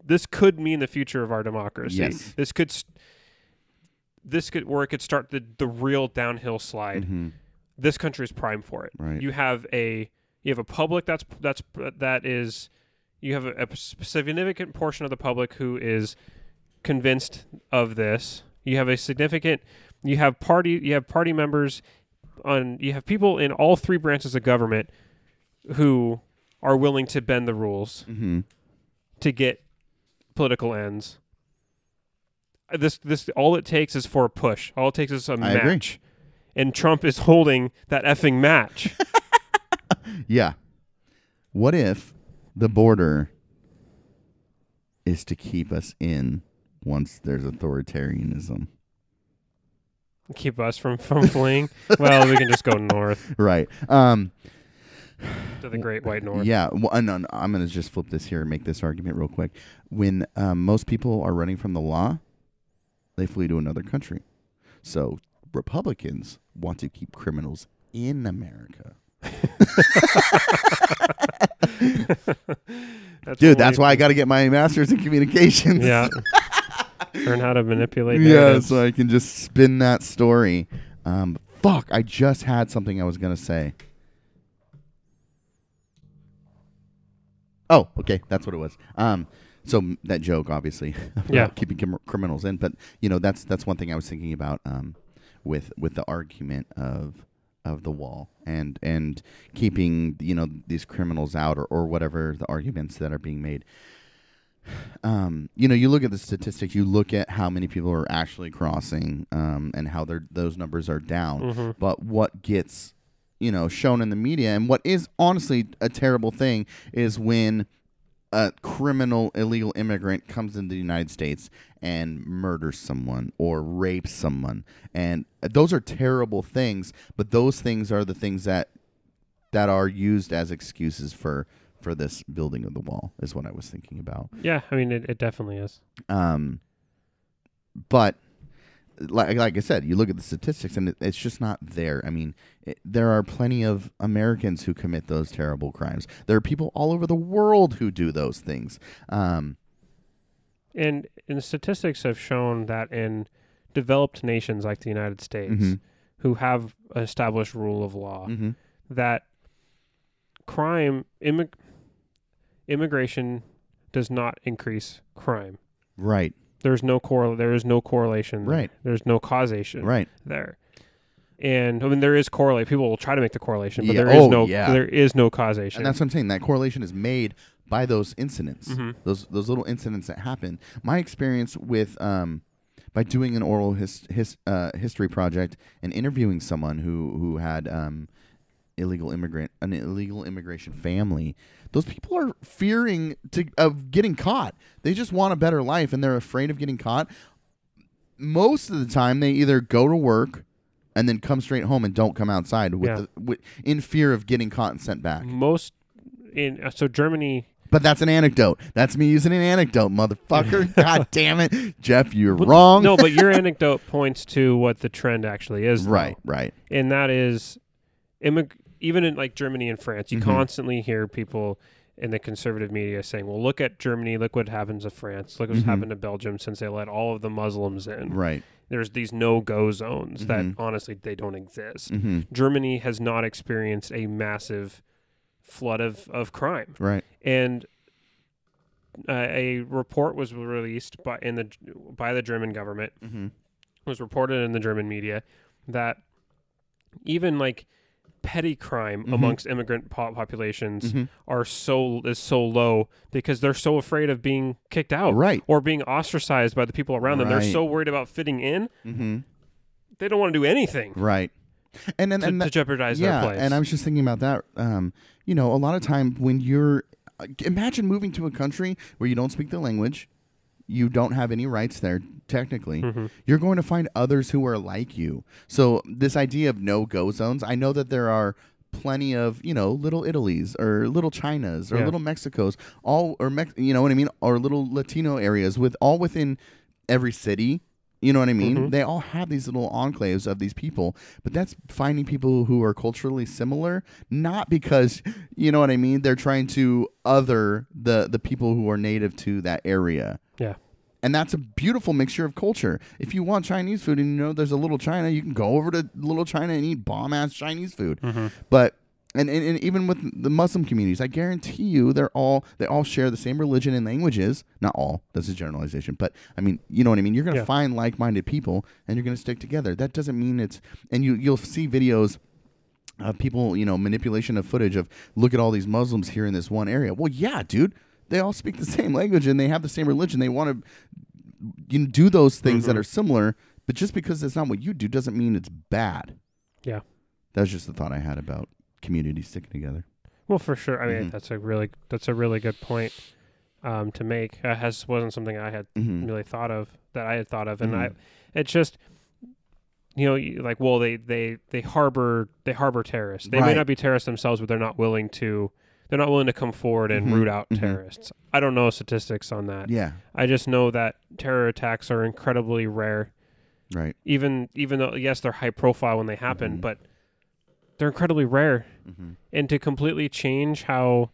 Speaker 5: this could mean the future of our democracy.
Speaker 4: Yes.
Speaker 5: This could s- this could or it could start the the real downhill slide. This country is prime for it.
Speaker 4: Right.
Speaker 5: You have a you have a public that's that's that is you have a, a significant portion of the public who is convinced of this. You have a significant you have party you have party members on you have people in all three branches of government who are willing to bend the rules
Speaker 4: Mhm.
Speaker 5: to get political ends. Uh, This this all it takes is for a push. All it takes is a
Speaker 4: agree.
Speaker 5: match. And Trump is holding that effing match.
Speaker 4: Yeah. What if the border is to keep us in once there's authoritarianism?
Speaker 5: Keep us from, from fleeing. Well, we can just go north
Speaker 4: Right. Um,
Speaker 5: to the great white north.
Speaker 4: Yeah, well, uh, no, no, I'm going to just flip this here and make this argument real quick. When um, most people are running from the law, they flee to another country. So Republicans want to keep criminals in America.
Speaker 5: That's
Speaker 4: Dude,
Speaker 5: what
Speaker 4: that's
Speaker 5: we-
Speaker 4: why I got to get my master's in communications.
Speaker 5: Yeah. Learn how to manipulate.
Speaker 4: yeah,
Speaker 5: narratives.
Speaker 4: so I can just spin that story. Um, fuck, I just had something I was gonna say. Oh, okay, that's what it was. Um, so m- that joke, obviously, about
Speaker 5: Yeah.
Speaker 4: keeping crim- criminals in, but you know, that's that's one thing I was thinking about um, with with the argument of of the wall and and keeping you know these criminals out or, or whatever the arguments that are being made um, you know, you look at the statistics, you look at how many people are actually crossing, um, and how they're, those numbers are down. But what gets, you know, shown in the media, and what is honestly a terrible thing, is when a criminal illegal immigrant comes into the United States and murders someone or rapes someone, and those are terrible things. But those things are the things that that are used as excuses for for this building of the wall is what I was thinking about.
Speaker 5: Yeah, I mean, it, it definitely is.
Speaker 4: Um, but like, like I said, you look at the statistics and it, it's just not there. I mean, it, there are plenty of Americans who commit those terrible crimes. There are people all over the world who do those things. Um,
Speaker 5: And, and the statistics have shown that in developed nations like the United States,
Speaker 4: Mhm.
Speaker 5: who have established rule of law,
Speaker 4: mhm.
Speaker 5: that crime, immig- immigration does not increase crime.
Speaker 4: Right,
Speaker 5: There's no correl- There is no correlation. there.
Speaker 4: Right.
Speaker 5: There's no causation.
Speaker 4: right.
Speaker 5: There. And I mean, there is correlate. People will try to make the correlation, but
Speaker 4: Yeah.
Speaker 5: there is
Speaker 4: Oh,
Speaker 5: no.
Speaker 4: yeah.
Speaker 5: There is no causation.
Speaker 4: And that's what I'm saying. That correlation is made by those incidents,
Speaker 5: Mhm.
Speaker 4: those those little incidents that happen. My experience with um, by doing an oral his, his, uh, history project and interviewing someone who who had um, illegal immigrant an illegal immigration family, those people are fearing to of getting caught. They just want a better life, and they're afraid of getting caught. Most of the time, they either go to work. And then come straight home and don't come outside with,
Speaker 5: Yeah.
Speaker 4: the, with in fear of getting caught and sent back.
Speaker 5: most in uh, so Germany.
Speaker 4: But that's an anecdote. That's me using an anecdote, motherfucker. God damn it, Jeff, you're wrong.
Speaker 5: No, but your anecdote points to what the trend actually is, though.
Speaker 4: right, right.
Speaker 5: and that is, immig- even in like Germany and France, you
Speaker 4: Mhm.
Speaker 5: constantly hear people in the conservative media saying, "Well, look at Germany. Look what happens to France. Look what's
Speaker 4: Mhm.
Speaker 5: happened to Belgium since they let all of the Muslims in."
Speaker 4: Right.
Speaker 5: There's these no-go zones
Speaker 4: Mhm.
Speaker 5: that honestly they don't exist.
Speaker 4: hmm
Speaker 5: Germany has not experienced a massive flood of, of crime.
Speaker 4: Right.
Speaker 5: and uh, a report was released by in the by the German government
Speaker 4: Mhm.
Speaker 5: was reported in the German media that even like petty crime
Speaker 4: Mm-hmm.
Speaker 5: amongst immigrant po- populations are so is so low because they're so afraid of being kicked out
Speaker 4: Right.
Speaker 5: or being ostracized by the people around them
Speaker 4: Right.
Speaker 5: they're so worried about fitting in
Speaker 4: hmm
Speaker 5: they don't want to do anything
Speaker 4: Right. And then
Speaker 5: to,
Speaker 4: and
Speaker 5: to
Speaker 4: that,
Speaker 5: jeopardize
Speaker 4: yeah,
Speaker 5: their place
Speaker 4: and I was just thinking about that. Um, you know, a lot of time when you're uh, imagine moving to a country where you don't speak the language, you don't have any rights there technically. You're going to find others who are like you. So this idea of no-go zones, I know that there are plenty of, you know, little Italies or little Chinas or
Speaker 5: Yeah.
Speaker 4: little Mexicos, all or Mex- you know what I mean, or little Latino areas with all within every city. You know what I mean? They all have these little enclaves of these people, but that's finding people who are culturally similar, not because you know what I mean. They're trying to other the the people who are native to that area,
Speaker 5: yeah
Speaker 4: and that's a beautiful mixture of culture. If you want Chinese food and you know there's a little China, you can go over to little China and eat bomb ass Chinese food. But and, and, and even with the Muslim communities, I guarantee you they're all they all share the same religion and languages. Not all, that's a generalization, but I mean, you know what I mean. You're gonna
Speaker 5: Yeah.
Speaker 4: find like minded people and you're gonna stick together. That doesn't mean it's and you you'll see videos uh, people, you know, manipulation of footage of look at all these Muslims here in this one area. Well, yeah, dude, they all speak the same language and they have the same religion. They want to you know, do those things that are similar, but just because that's not what you do doesn't mean it's bad.
Speaker 5: yeah
Speaker 4: That was just the thought I had about communities sticking together.
Speaker 5: Well, for sure. I mean,
Speaker 4: Mhm.
Speaker 5: that's a really that's a really good point um, to make. Uh, has wasn't something I had
Speaker 4: Mhm.
Speaker 5: really thought of that I had thought of, and
Speaker 4: Mhm.
Speaker 5: I it's just you know you- like well they they they harbor they harbor terrorists. They may
Speaker 4: Right.
Speaker 5: not be terrorists themselves, but they're not willing to they're not willing to come forward and root out terrorists. I don't know statistics on that.
Speaker 4: Mm-hmm. Yeah,
Speaker 5: I just know that terror attacks are incredibly rare.
Speaker 4: right.
Speaker 5: Even even though yes they're high profile when they happen,
Speaker 4: Mm-hmm.
Speaker 5: but they're incredibly rare and to completely change how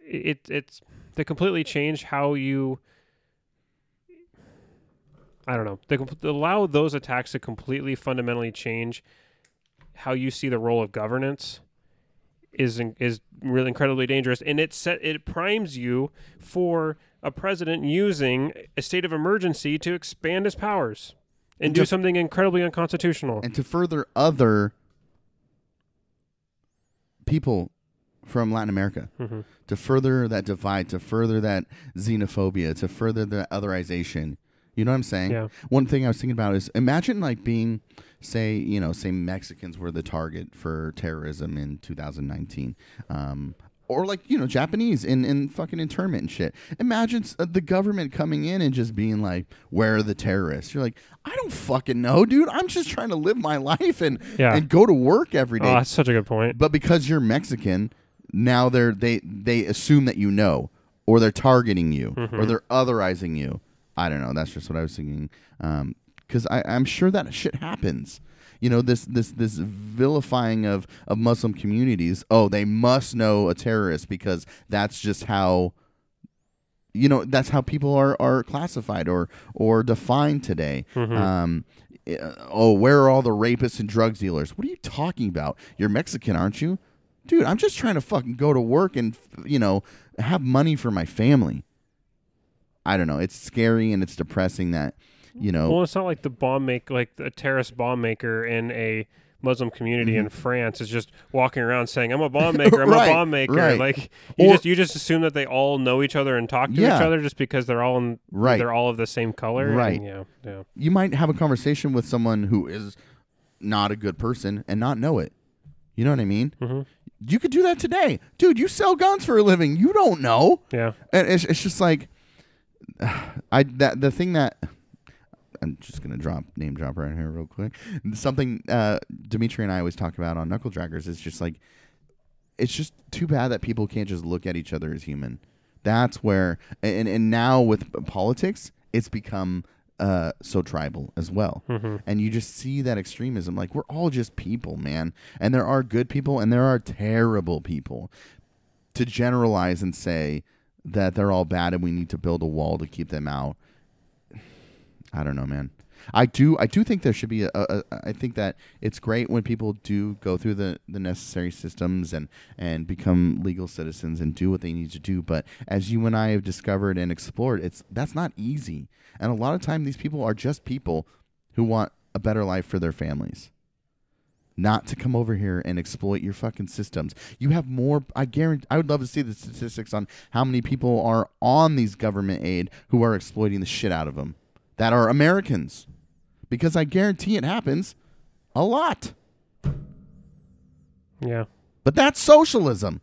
Speaker 5: it it's to completely change how you I don't know. They comp- to allow those attacks to completely fundamentally change how you see the role of governance is in- is really incredibly dangerous and it set it primes you for a president using a state of emergency to expand his powers and do
Speaker 4: Def-
Speaker 5: something incredibly unconstitutional.
Speaker 4: And to further other people from Latin America,
Speaker 5: Mhm.
Speaker 4: to further that divide, to further that xenophobia, to further the otherization. You know what I'm saying?
Speaker 5: Yeah.
Speaker 4: One thing I was thinking about is imagine like being, say, you know, say Mexicans were the target for terrorism in 2019. Um, or like you know Japanese in, in fucking internment and shit. Imagine s- uh, the government coming in and just being like, "Where are the terrorists?" You're like, "I don't fucking know, dude. I'm just trying to live my life and
Speaker 5: Yeah.
Speaker 4: and go to work every day."
Speaker 5: Oh, that's such a good point.
Speaker 4: But because you're Mexican, now they're they they assume that you know, or they're targeting you, or they're otherizing you. I don't know. That's just what I was thinking. Because I I'm sure that shit happens. You know this this this vilifying of of Muslim communities. Oh, they must know a terrorist because that's just how you know that's how people are are classified or or defined today um uh, oh where are all the rapists and drug dealers what are you talking about you're mexican aren't you dude i'm just trying to fucking go to work and f- you know have money for my family i don't know it's scary and it's depressing that you know
Speaker 5: Well, it's not like the bomb make like a terrorist bomb maker in a Muslim community in France is just walking around saying, "I'm a bomb maker. I'm
Speaker 4: Mm-hmm. Right,
Speaker 5: a bomb maker."
Speaker 4: right.
Speaker 5: Like you
Speaker 4: Or-
Speaker 5: just you just assume that they all know each other and talk to
Speaker 4: Yeah.
Speaker 5: each other just because they're all in,
Speaker 4: Right.
Speaker 5: They're all of the same color. and
Speaker 4: Right.
Speaker 5: yeah. Yeah.
Speaker 4: you might have a conversation with someone who is not a good person and not know it. You know what I mean? Mm-hmm. You could do that today, dude. You sell guns for a living. You don't know.
Speaker 5: Yeah.
Speaker 4: And it's, it's just like I that the thing that I'm just gonna drop name drop right here real quick. Something uh, Dimitri and I always talk about on Knuckle Draggers is just like it's just too bad that people can't just look at each other as human. That's where and and now with politics, it's become uh, so tribal as well, and you just see that extremism. Like we're all just people, man, and there are good people and there are terrible people. To generalize and say that they're all bad and we need to build a wall to keep them out, I don't know, man. I do. I do think there should be. A, a, a, I think that it's great when people do go through the, the necessary systems and and become legal citizens and do what they need to do. But as you and I have discovered and explored, it's that's not easy. And a lot of time, these people are just people who want a better life for their families, not to come over here and exploit your fucking systems. You have more. I guarantee. I would love to see the statistics on how many people are on these government aid who are exploiting the shit out of them that are Americans. Because I guarantee it happens a lot.
Speaker 5: Yeah.
Speaker 4: But that's socialism.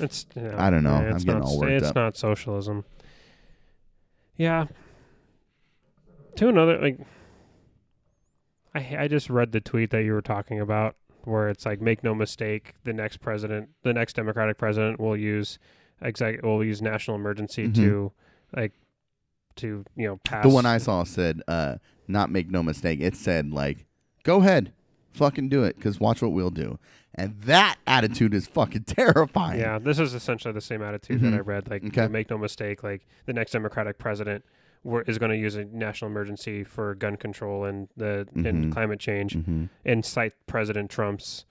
Speaker 5: It's yeah.
Speaker 4: I don't know.
Speaker 5: Yeah,
Speaker 4: I'm
Speaker 5: it's
Speaker 4: getting
Speaker 5: not,
Speaker 4: all
Speaker 5: s-
Speaker 4: worked
Speaker 5: It's
Speaker 4: up.
Speaker 5: not socialism. Yeah. To another like I I just read the tweet that you were talking about where it's like make no mistake the next president the next democratic president will use exact will use national emergency
Speaker 4: Mhm.
Speaker 5: to like to you know pass
Speaker 4: The one I saw said, uh, not make no mistake, it said, like, go ahead, fucking do it, because watch what we'll do. And that attitude is fucking terrifying.
Speaker 5: Yeah, this is essentially the same attitude that I read. Like,
Speaker 4: Mm-hmm. Okay.
Speaker 5: make no mistake, like the next Democratic president were, is going to use a national emergency for gun control and the
Speaker 4: Mm-hmm.
Speaker 5: and climate change, and cite President Trump's,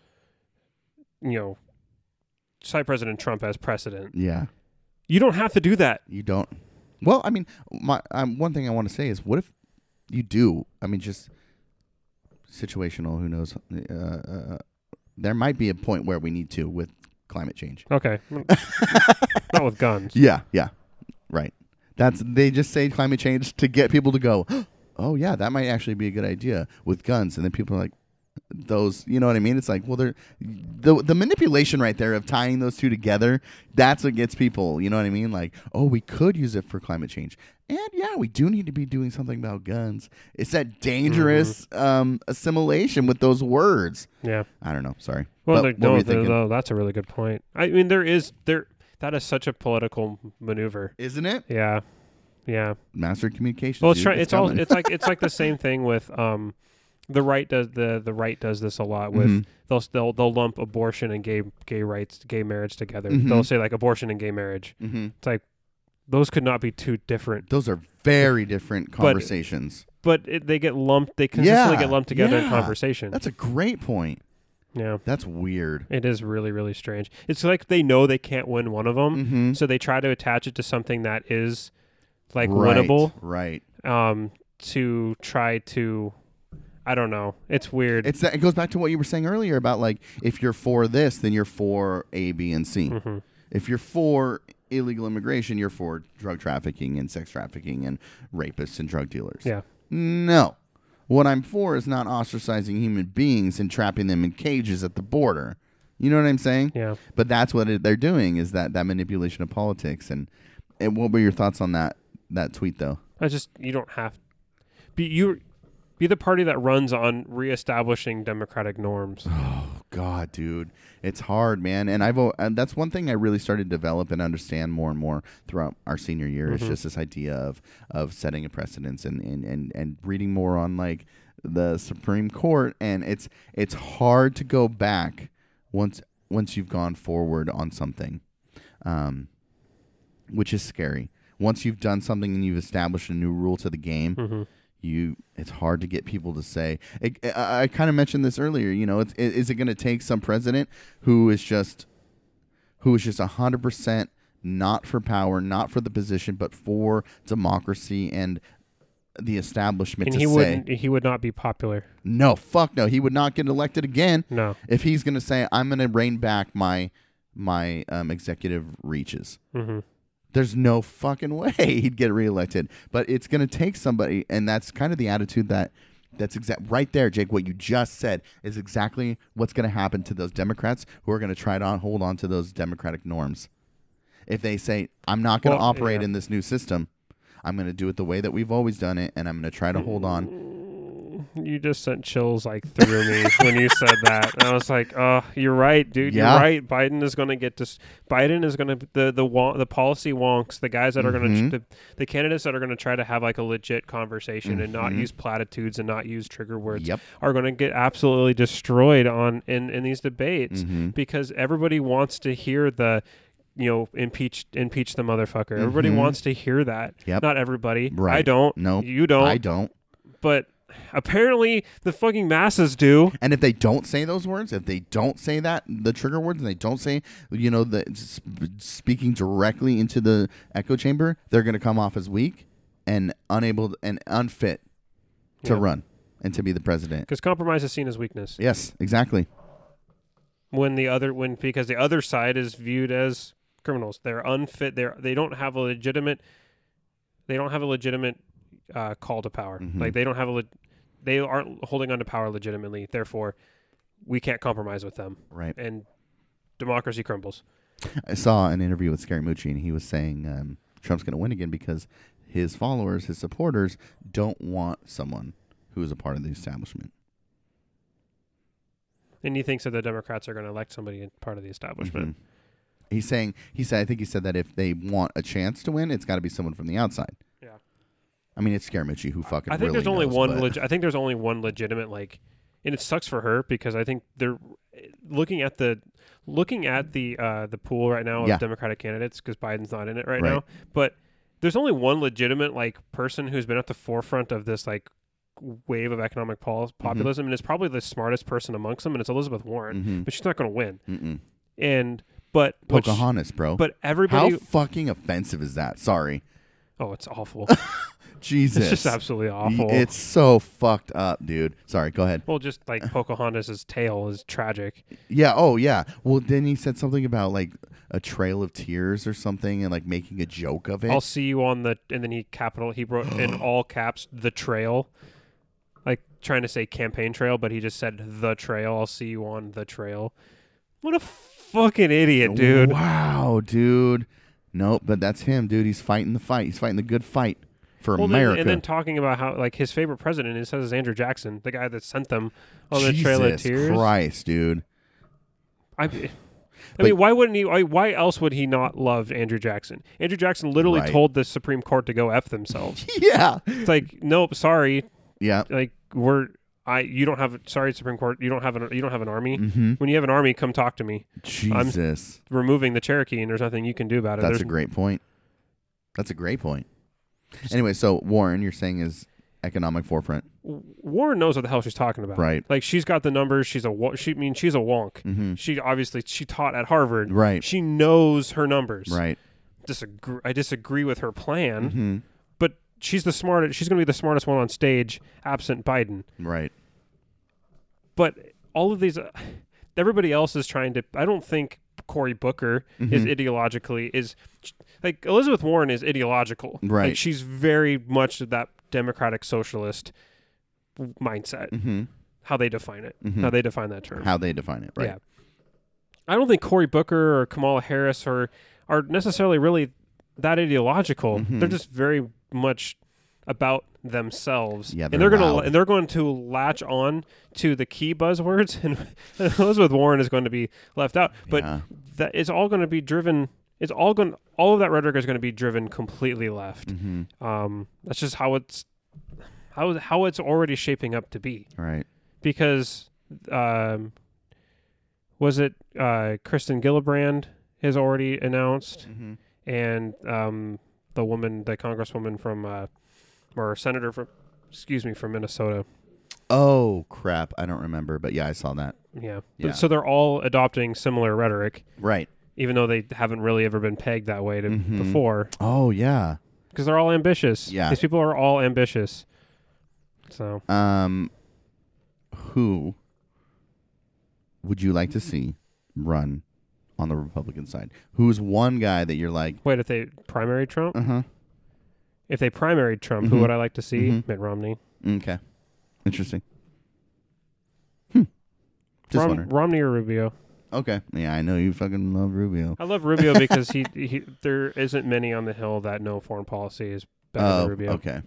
Speaker 5: you know, cite President Trump as precedent.
Speaker 4: Yeah.
Speaker 5: You don't have to do that.
Speaker 4: You don't. Well, I mean, my um, one thing I want to say is, what if you do? I mean, just situational. Who knows? Uh, uh, there might be a point where we need to with climate change.
Speaker 5: Okay, not with guns.
Speaker 4: Yeah, yeah, right. That's they just say climate change to get people to go. Oh yeah, that might actually be a good idea with guns, and then people are like, those. You know what I mean? It's like, well, they're the the manipulation right there of tying those two together. That's what gets people. You know what I mean? Like, oh, we could use it for climate change, and yeah, we do need to be doing something about guns. It's that dangerous
Speaker 5: Mm-hmm.
Speaker 4: um, assimilation with those words.
Speaker 5: Yeah.
Speaker 4: I don't know. Sorry.
Speaker 5: Well,
Speaker 4: But
Speaker 5: like,
Speaker 4: what were
Speaker 5: no,
Speaker 4: you
Speaker 5: the,
Speaker 4: thinking?
Speaker 5: no, that's a really good point. I mean, there is there that is such a political maneuver.
Speaker 4: isn't it
Speaker 5: Yeah, yeah.
Speaker 4: master communication?
Speaker 5: Well, it's, try,
Speaker 4: dude.
Speaker 5: it's, all
Speaker 4: coming.
Speaker 5: it's like it's like the same thing with um, the right does the the right does this a lot with
Speaker 4: Mm-hmm.
Speaker 5: they'll they'll they'll lump abortion and gay gay rights gay marriage together.
Speaker 4: Mm-hmm.
Speaker 5: They'll say like abortion and gay marriage.
Speaker 4: Mhm.
Speaker 5: It's like those could not be two different,
Speaker 4: Those are very different conversations.
Speaker 5: but it, they get lumped. They consistently
Speaker 4: Yeah,
Speaker 5: get lumped together
Speaker 4: yeah.
Speaker 5: in conversation.
Speaker 4: That's a great point.
Speaker 5: yeah.
Speaker 4: That's weird.
Speaker 5: It is really, really strange. It's like they know they can't win one of them,
Speaker 4: Mm-hmm.
Speaker 5: so they try to attach it to something that is like
Speaker 4: right,
Speaker 5: winnable,
Speaker 4: Right.
Speaker 5: um, to try to, I don't know. It's weird.
Speaker 4: It's that, it goes back to what you were saying earlier about like if you're for this, then you're for A, B, and C.
Speaker 5: Mm-hmm.
Speaker 4: If you're for illegal immigration, you're for drug trafficking and sex trafficking and rapists and drug dealers.
Speaker 5: yeah.
Speaker 4: No. What I'm for is not ostracizing human beings and trapping them in cages at the border. You know what I'm saying?
Speaker 5: Yeah.
Speaker 4: But that's what it, they're doing is that that manipulation of politics and and what were your thoughts on that that tweet though?
Speaker 5: I just you don't have
Speaker 4: Oh,
Speaker 5: be you be the party that runs on reestablishing democratic norms.
Speaker 4: God, dude, it's hard, man. And I've o- and that's one thing I really started to develop and understand more and more throughout our senior year is just this idea of of setting a precedence and and and, and reading more on like the Supreme Court. And it's it's hard to go back once once you've gone forward on something. Um, which is scary. Once you've done something and you've established a new rule to the game,
Speaker 5: Mm-hmm.
Speaker 4: you it's hard to get people to say. It, I, I kind of mentioned this earlier. You know, it's, i- is it going to take some president who is just who is just hundred percent not for power, not for the position, but for democracy and the establishment
Speaker 5: and
Speaker 4: to
Speaker 5: he
Speaker 4: say
Speaker 5: would he would not be popular.
Speaker 4: no, fuck no, he would not get elected again
Speaker 5: No.
Speaker 4: if he's going to say I'm going to rein back my my um, executive reaches.
Speaker 5: Mhm.
Speaker 4: There's no fucking way he'd get reelected. But it's going to take somebody, and that's kind of the attitude that that's exact right there, Jake. What you just said is exactly what's going to happen to those Democrats who are going to try to on- hold on to those democratic norms. If they say I'm not going to
Speaker 5: Well,
Speaker 4: operate
Speaker 5: yeah.
Speaker 4: in this new system, I'm going to do it the way that we've always done it, and I'm going to try to hold
Speaker 5: Mm,
Speaker 4: on.
Speaker 5: You just sent chills like through me when you said that. And I was like, "Oh, you're right, dude.
Speaker 4: Yeah.
Speaker 5: You're right. Biden is going to get dis- Biden is going to the the won- the policy wonks, the guys that are
Speaker 4: Mm-hmm.
Speaker 5: going to the, the candidates that are going to try to have like a legit conversation and not use platitudes and not use trigger words
Speaker 4: Mm-hmm. Yep.
Speaker 5: are going to get absolutely destroyed on in in these debates
Speaker 4: Mm-hmm.
Speaker 5: because everybody wants to hear the you know, impeach, impeach the motherfucker. Everybody wants to hear that.
Speaker 4: Mm-hmm. Yep.
Speaker 5: Not everybody.
Speaker 4: Right?
Speaker 5: I don't.
Speaker 4: No,
Speaker 5: You don't
Speaker 4: I don't.
Speaker 5: but apparently the fucking masses do.
Speaker 4: And if they don't say those words, if they don't say that the trigger words, and they don't say, you know, the sp- speaking directly into the echo chamber, they're going to come off as weak and unable and unfit to
Speaker 5: Yeah.
Speaker 4: run and to be the president.
Speaker 5: Because compromise is seen as weakness
Speaker 4: Yes, exactly.
Speaker 5: when the other when because the other side is viewed as criminals. They're unfit. They're they don't have a legitimate. They don't have a legitimate uh, call to power. Like they don't have a. Le- they aren't holding on to power legitimately. Therefore, we can't compromise with them,
Speaker 4: Right.
Speaker 5: and democracy crumbles.
Speaker 4: I saw an interview with Scary Mucci, and he was saying um, Trump's going to win again because his followers, his supporters, don't want someone who is a part of the establishment.
Speaker 5: And he thinks that the Democrats are going to elect somebody in part of the
Speaker 4: Mm-hmm.
Speaker 5: establishment.
Speaker 4: He's saying he said I think he said that if they want a chance to win, it's got to be someone from the outside.
Speaker 5: Yeah.
Speaker 4: I mean, it's Scaramucci who fucking.
Speaker 5: I think
Speaker 4: really
Speaker 5: there's only
Speaker 4: knows,
Speaker 5: one.
Speaker 4: but-
Speaker 5: Leg- I think there's only one legitimate like, and it sucks for her because I think they're looking at the looking at the uh, the pool right now of
Speaker 4: Yeah.
Speaker 5: Democratic candidates because Biden's not in it right,
Speaker 4: Right.
Speaker 5: now. But there's only one legitimate like person who's been at the forefront of this like wave of economic pol-
Speaker 4: Mm-hmm.
Speaker 5: populism, and is probably the smartest person amongst them, and it's Elizabeth Warren.
Speaker 4: Mhm.
Speaker 5: But she's not going to win.
Speaker 4: Mm-mm.
Speaker 5: And but what she-
Speaker 4: Pocahontas, bro.
Speaker 5: but
Speaker 4: how
Speaker 5: everybody.
Speaker 4: fucking offensive is that? Sorry,
Speaker 5: oh, it's awful.
Speaker 4: Jesus.
Speaker 5: it's just absolutely awful.
Speaker 4: It's so fucked up, dude. Sorry. Go ahead.
Speaker 5: well, just like Pocahontas's tale is tragic.
Speaker 4: Yeah. Oh, yeah. Well, then he said something about like a trail of tears or something, and like making a joke of it.
Speaker 5: I'll see you on the and then he capital he wrote in all caps the trail. Like trying to say campaign trail, but he just said the trail. I'll see you on the trail. What a fucking idiot, dude.
Speaker 4: Wow, dude. Nope. But that's him, dude. He's fighting the fight. He's fighting the good fight for
Speaker 5: Well, then-
Speaker 4: America.
Speaker 5: and then talking about how like his favorite president is says Andrew Jackson, the guy that sent them on the Trail of
Speaker 4: Jesus
Speaker 5: Tears.
Speaker 4: Christ, dude.
Speaker 5: I, I
Speaker 4: But-
Speaker 5: mean, why wouldn't he? Why, why else would he not love Andrew Jackson? Andrew Jackson literally
Speaker 4: Right.
Speaker 5: told the Supreme Court to go f themselves.
Speaker 4: Yeah.
Speaker 5: it's like, nope, sorry,
Speaker 4: Yeah.
Speaker 5: like we're I you don't have sorry Supreme Court you don't have an you don't have an army.
Speaker 4: Mm-hmm.
Speaker 5: When you have an army, come talk to me.
Speaker 4: Jesus.
Speaker 5: Removing the Cherokee and there's nothing you can do about it.
Speaker 4: That's
Speaker 5: there's,
Speaker 4: a great point. That's a great point. Anyway, so Warren, you're saying is economic forefront.
Speaker 5: Warren knows what the hell she's talking about.
Speaker 4: Right. Mm-hmm.
Speaker 5: Like she's got the numbers. She's a wo- she I mean she's a wonk. She obviously she taught at Harvard.
Speaker 4: Right.
Speaker 5: She knows her numbers.
Speaker 4: Right. Mm-hmm.
Speaker 5: Disagree, I disagree with her plan. But she's the smartest. She's going to be the smartest one on stage, absent Biden.
Speaker 4: Right.
Speaker 5: but all of these uh, everybody else is trying to i don't think cory booker is ideologically is like elizabeth warren is ideological
Speaker 4: Right.
Speaker 5: like she's very much of that democratic socialist mindset
Speaker 4: Mm-hmm.
Speaker 5: how they define it how they define that term
Speaker 4: How they define it. Right.
Speaker 5: yeah i don't think cory booker or kamala harris
Speaker 4: Mm-hmm.
Speaker 5: are are necessarily really that ideological they're just very much about themselves.
Speaker 4: Yeah,
Speaker 5: and
Speaker 4: they're
Speaker 5: they're going to
Speaker 4: loud.
Speaker 5: and they're going to latch on to the key buzzwords, and Elizabeth Warren is going to be left out. But
Speaker 4: Yeah.
Speaker 5: that it's all going to be driven. It's all going. All of that rhetoric is going to be driven completely left.
Speaker 4: Mm-hmm.
Speaker 5: Um, that's just how it's how how it's already shaping up to be
Speaker 4: Right.
Speaker 5: because um, was it uh, Kristen Gillibrand has already announced,
Speaker 4: Mm-hmm.
Speaker 5: and um, the woman, the congresswoman from uh, or senator from, excuse me, from Minnesota.
Speaker 4: Oh crap! I don't remember, but yeah, I saw that.
Speaker 5: Yeah.
Speaker 4: Yeah.
Speaker 5: So they're all adopting similar rhetoric,
Speaker 4: Right.
Speaker 5: even though they haven't really ever been pegged that way to, before,
Speaker 4: Oh yeah.
Speaker 5: because they're all ambitious.
Speaker 4: Yeah.
Speaker 5: These people are all ambitious. So
Speaker 4: Um, who would you like to see run on the Republican side? Who's one guy that you're like,
Speaker 5: wait, if they primary Trump,
Speaker 4: uh Mm-hmm. huh,
Speaker 5: if they primaried Trump, who would I like to see? Mitt Romney.
Speaker 4: okay, interesting. Hmm. Just
Speaker 5: Rom-
Speaker 4: wondering.
Speaker 5: Romney or Rubio.
Speaker 4: Okay. Yeah, I know you fucking love Rubio.
Speaker 5: I love Rubio because he, he there isn't many on the Hill that know foreign policy is better
Speaker 4: Oh,
Speaker 5: than Rubio.
Speaker 4: okay.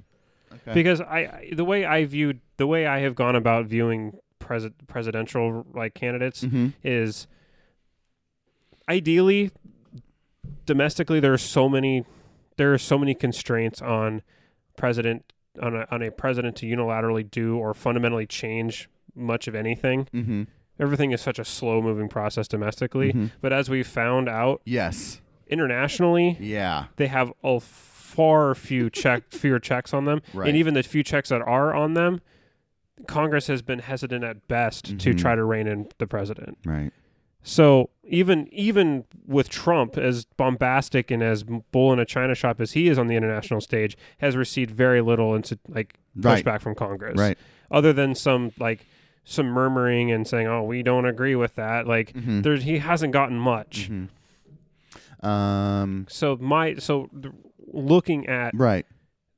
Speaker 5: Because I, I the way I viewed the way I have gone about viewing pres- presidential like candidates
Speaker 4: Mm-hmm.
Speaker 5: is ideally domestically there are so many there are so many constraints on president on a, on a president to unilaterally do or fundamentally change much of anything.
Speaker 4: Mm-hmm.
Speaker 5: Everything is such a slow moving process domestically, but as we found out
Speaker 4: Yes.
Speaker 5: internationally,
Speaker 4: Yeah.
Speaker 5: they have a far few check fewer checks on them,
Speaker 4: Right.
Speaker 5: and even the few checks that are on them, Congress has been hesitant at best
Speaker 4: Mm-hmm.
Speaker 5: to try to rein in the president.
Speaker 4: Right.
Speaker 5: So even even with Trump, as bombastic and as bull in a china shop as he is on the international stage, has received very little into like
Speaker 4: Right.
Speaker 5: pushback from Congress,
Speaker 4: Right.
Speaker 5: Other than some like some murmuring and saying, "Oh, we don't agree with that." Like
Speaker 4: Mm-hmm.
Speaker 5: there's he hasn't gotten much.
Speaker 4: Um.
Speaker 5: So my so th- looking at
Speaker 4: Right.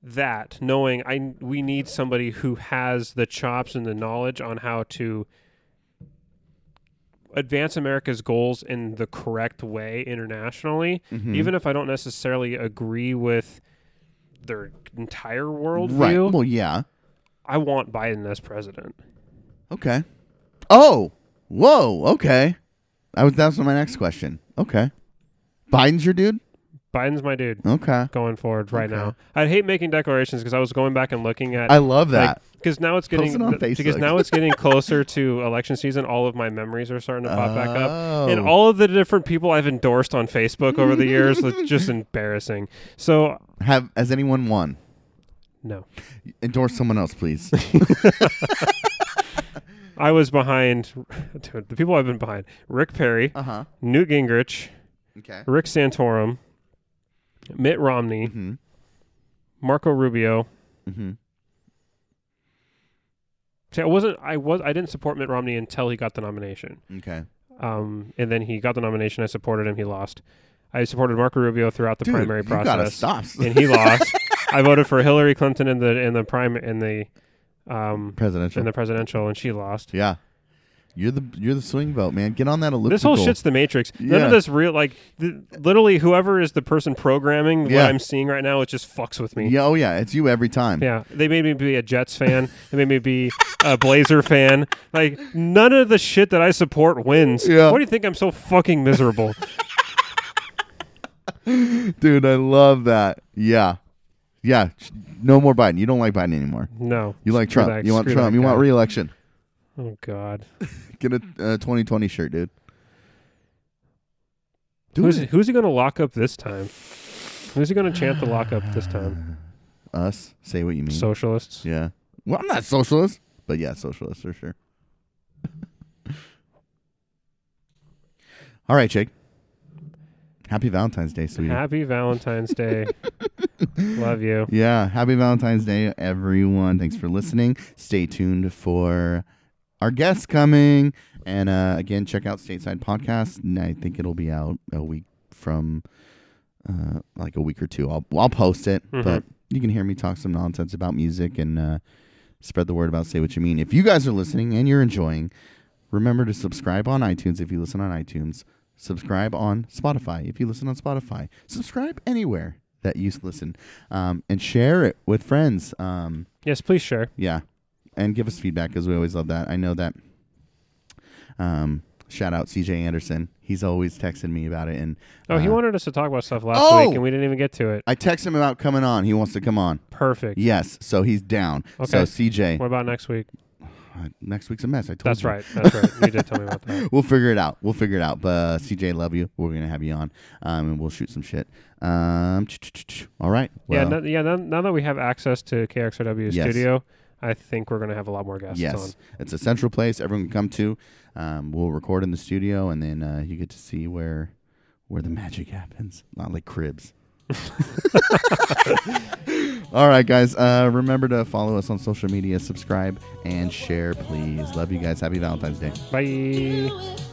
Speaker 5: that, knowing I we need somebody who has the chops and the knowledge on how to advance America's goals in the correct way internationally,
Speaker 4: Mm-hmm.
Speaker 5: even if I don't necessarily agree with their entire worldview.
Speaker 4: Right. Well, yeah.
Speaker 5: I want Biden as president.
Speaker 4: Okay. Oh. Whoa. Okay. I was. That was my next question. Okay. Biden's your dude.
Speaker 5: Biden's my dude.
Speaker 4: Okay.
Speaker 5: Going forward, right
Speaker 4: Okay.
Speaker 5: now, I hate making declarations because I was going back and looking at
Speaker 4: I love that.
Speaker 5: because now it's
Speaker 4: Post
Speaker 5: getting
Speaker 4: it on
Speaker 5: th- because
Speaker 4: Facebook.
Speaker 5: now it's getting closer to election season. All of my memories are starting to pop back up, and
Speaker 4: Oh.
Speaker 5: all of the different people I've endorsed on Facebook over the years it's just embarrassing. So
Speaker 4: Have has anyone won?
Speaker 5: no,
Speaker 4: Endorse someone else, please.
Speaker 5: I was behind dude, the people I've been behind: Rick Perry,
Speaker 4: huh.
Speaker 5: Newt Gingrich,
Speaker 4: Uh-huh. Okay.
Speaker 5: Rick Santorum, Mitt Romney,
Speaker 4: Mhm.
Speaker 5: Marco Rubio.
Speaker 4: Mhm.
Speaker 5: See, I wasn't. I was. I didn't support Mitt Romney until he got the nomination.
Speaker 4: Okay.
Speaker 5: Um, and then he got the nomination. I supported him. He lost. I supported Marco Rubio throughout the
Speaker 4: Dude,
Speaker 5: primary
Speaker 4: you
Speaker 5: process,
Speaker 4: gotta stop.
Speaker 5: and he lost. I voted for Hillary Clinton in the in the prime in the um
Speaker 4: Presidential.
Speaker 5: in the presidential, and she lost.
Speaker 4: yeah. You're the you're the swing vote, man. Get on that elliptical.
Speaker 5: This whole shit's the Matrix. None
Speaker 4: Yeah.
Speaker 5: of this real like th- literally whoever is the person programming
Speaker 4: Yeah.
Speaker 5: what I'm seeing right now, it just fucks with me.
Speaker 4: Yeah, oh yeah, it's you every time.
Speaker 5: Yeah, they made me be a Jets fan. they made me be a Blazer fan. Like none of the shit that I support wins.
Speaker 4: Yeah.
Speaker 5: Why do you think I'm so fucking miserable?
Speaker 4: Dude, I love that. Yeah. Yeah. sh- No more Biden. You don't like Biden anymore.
Speaker 5: No.
Speaker 4: You like
Speaker 5: Screw
Speaker 4: Trump.
Speaker 5: that-
Speaker 4: you want
Speaker 5: screw
Speaker 4: Trump.
Speaker 5: that
Speaker 4: You want
Speaker 5: guy.
Speaker 4: re-election.
Speaker 5: Oh God.
Speaker 4: Get a uh, 2020 shirt, dude.
Speaker 5: Who's who's he going to lock up this time? Who's he going to chant the lock up this time?
Speaker 4: Us. Say what you mean.
Speaker 5: Socialists.
Speaker 4: yeah. Well, I'm not socialist, but yeah, socialist for sure. All right, Jake. Happy Valentine's Day, sweetie.
Speaker 5: Happy Valentine's Day. Love you.
Speaker 4: Yeah, happy Valentine's Day, everyone. Thanks for listening. Stay tuned for our guests coming. And uh, again, check out Stateside Podcast. And I think it'll be out a week from uh, like a week or two. I'll, I'll post it, but you can hear me talk some nonsense about music and uh, spread the word about Say What You Mean. If you guys are listening and you're enjoying, remember to subscribe on iTunes if you listen on iTunes. Subscribe on Spotify if you listen on Spotify. Subscribe anywhere. that you listen, um, and share it with friends. Um,
Speaker 5: Yes, please share.
Speaker 4: yeah, and give us feedback because we always love that. I know that. Um, shout out CJ Anderson. He's always texting me about it, and
Speaker 5: Oh, he
Speaker 4: uh,
Speaker 5: wanted us to talk about stuff last
Speaker 4: Oh!
Speaker 5: week, and we didn't even get to it.
Speaker 4: I text him about coming on. He wants to come on.
Speaker 5: Perfect.
Speaker 4: Yes, so he's down. So
Speaker 5: Okay.
Speaker 4: CJ,
Speaker 5: What about next week?
Speaker 4: uh, next week's a mess. I told
Speaker 5: That's
Speaker 4: you.
Speaker 5: right. That's right. You did tell me about that.
Speaker 4: We'll figure it out. We'll figure it out. But uh, CJ, love you. We're gonna have you on, um, and we'll shoot some shit. Um, all right.
Speaker 5: yeah,
Speaker 4: Well,
Speaker 5: no, yeah. Now, now that we have access to KXRW
Speaker 4: Yes.
Speaker 5: studio, I think we're gonna have a lot more guests on.
Speaker 4: yes, it's a central place everyone can come to. Um, we'll record in the studio, and then uh, you get to see where where the magic happens. Not like cribs. all right, guys. Uh, remember to follow us on social media, subscribe, and share, please. Love you guys. Happy Valentine's Day.
Speaker 5: Bye.
Speaker 6: do it.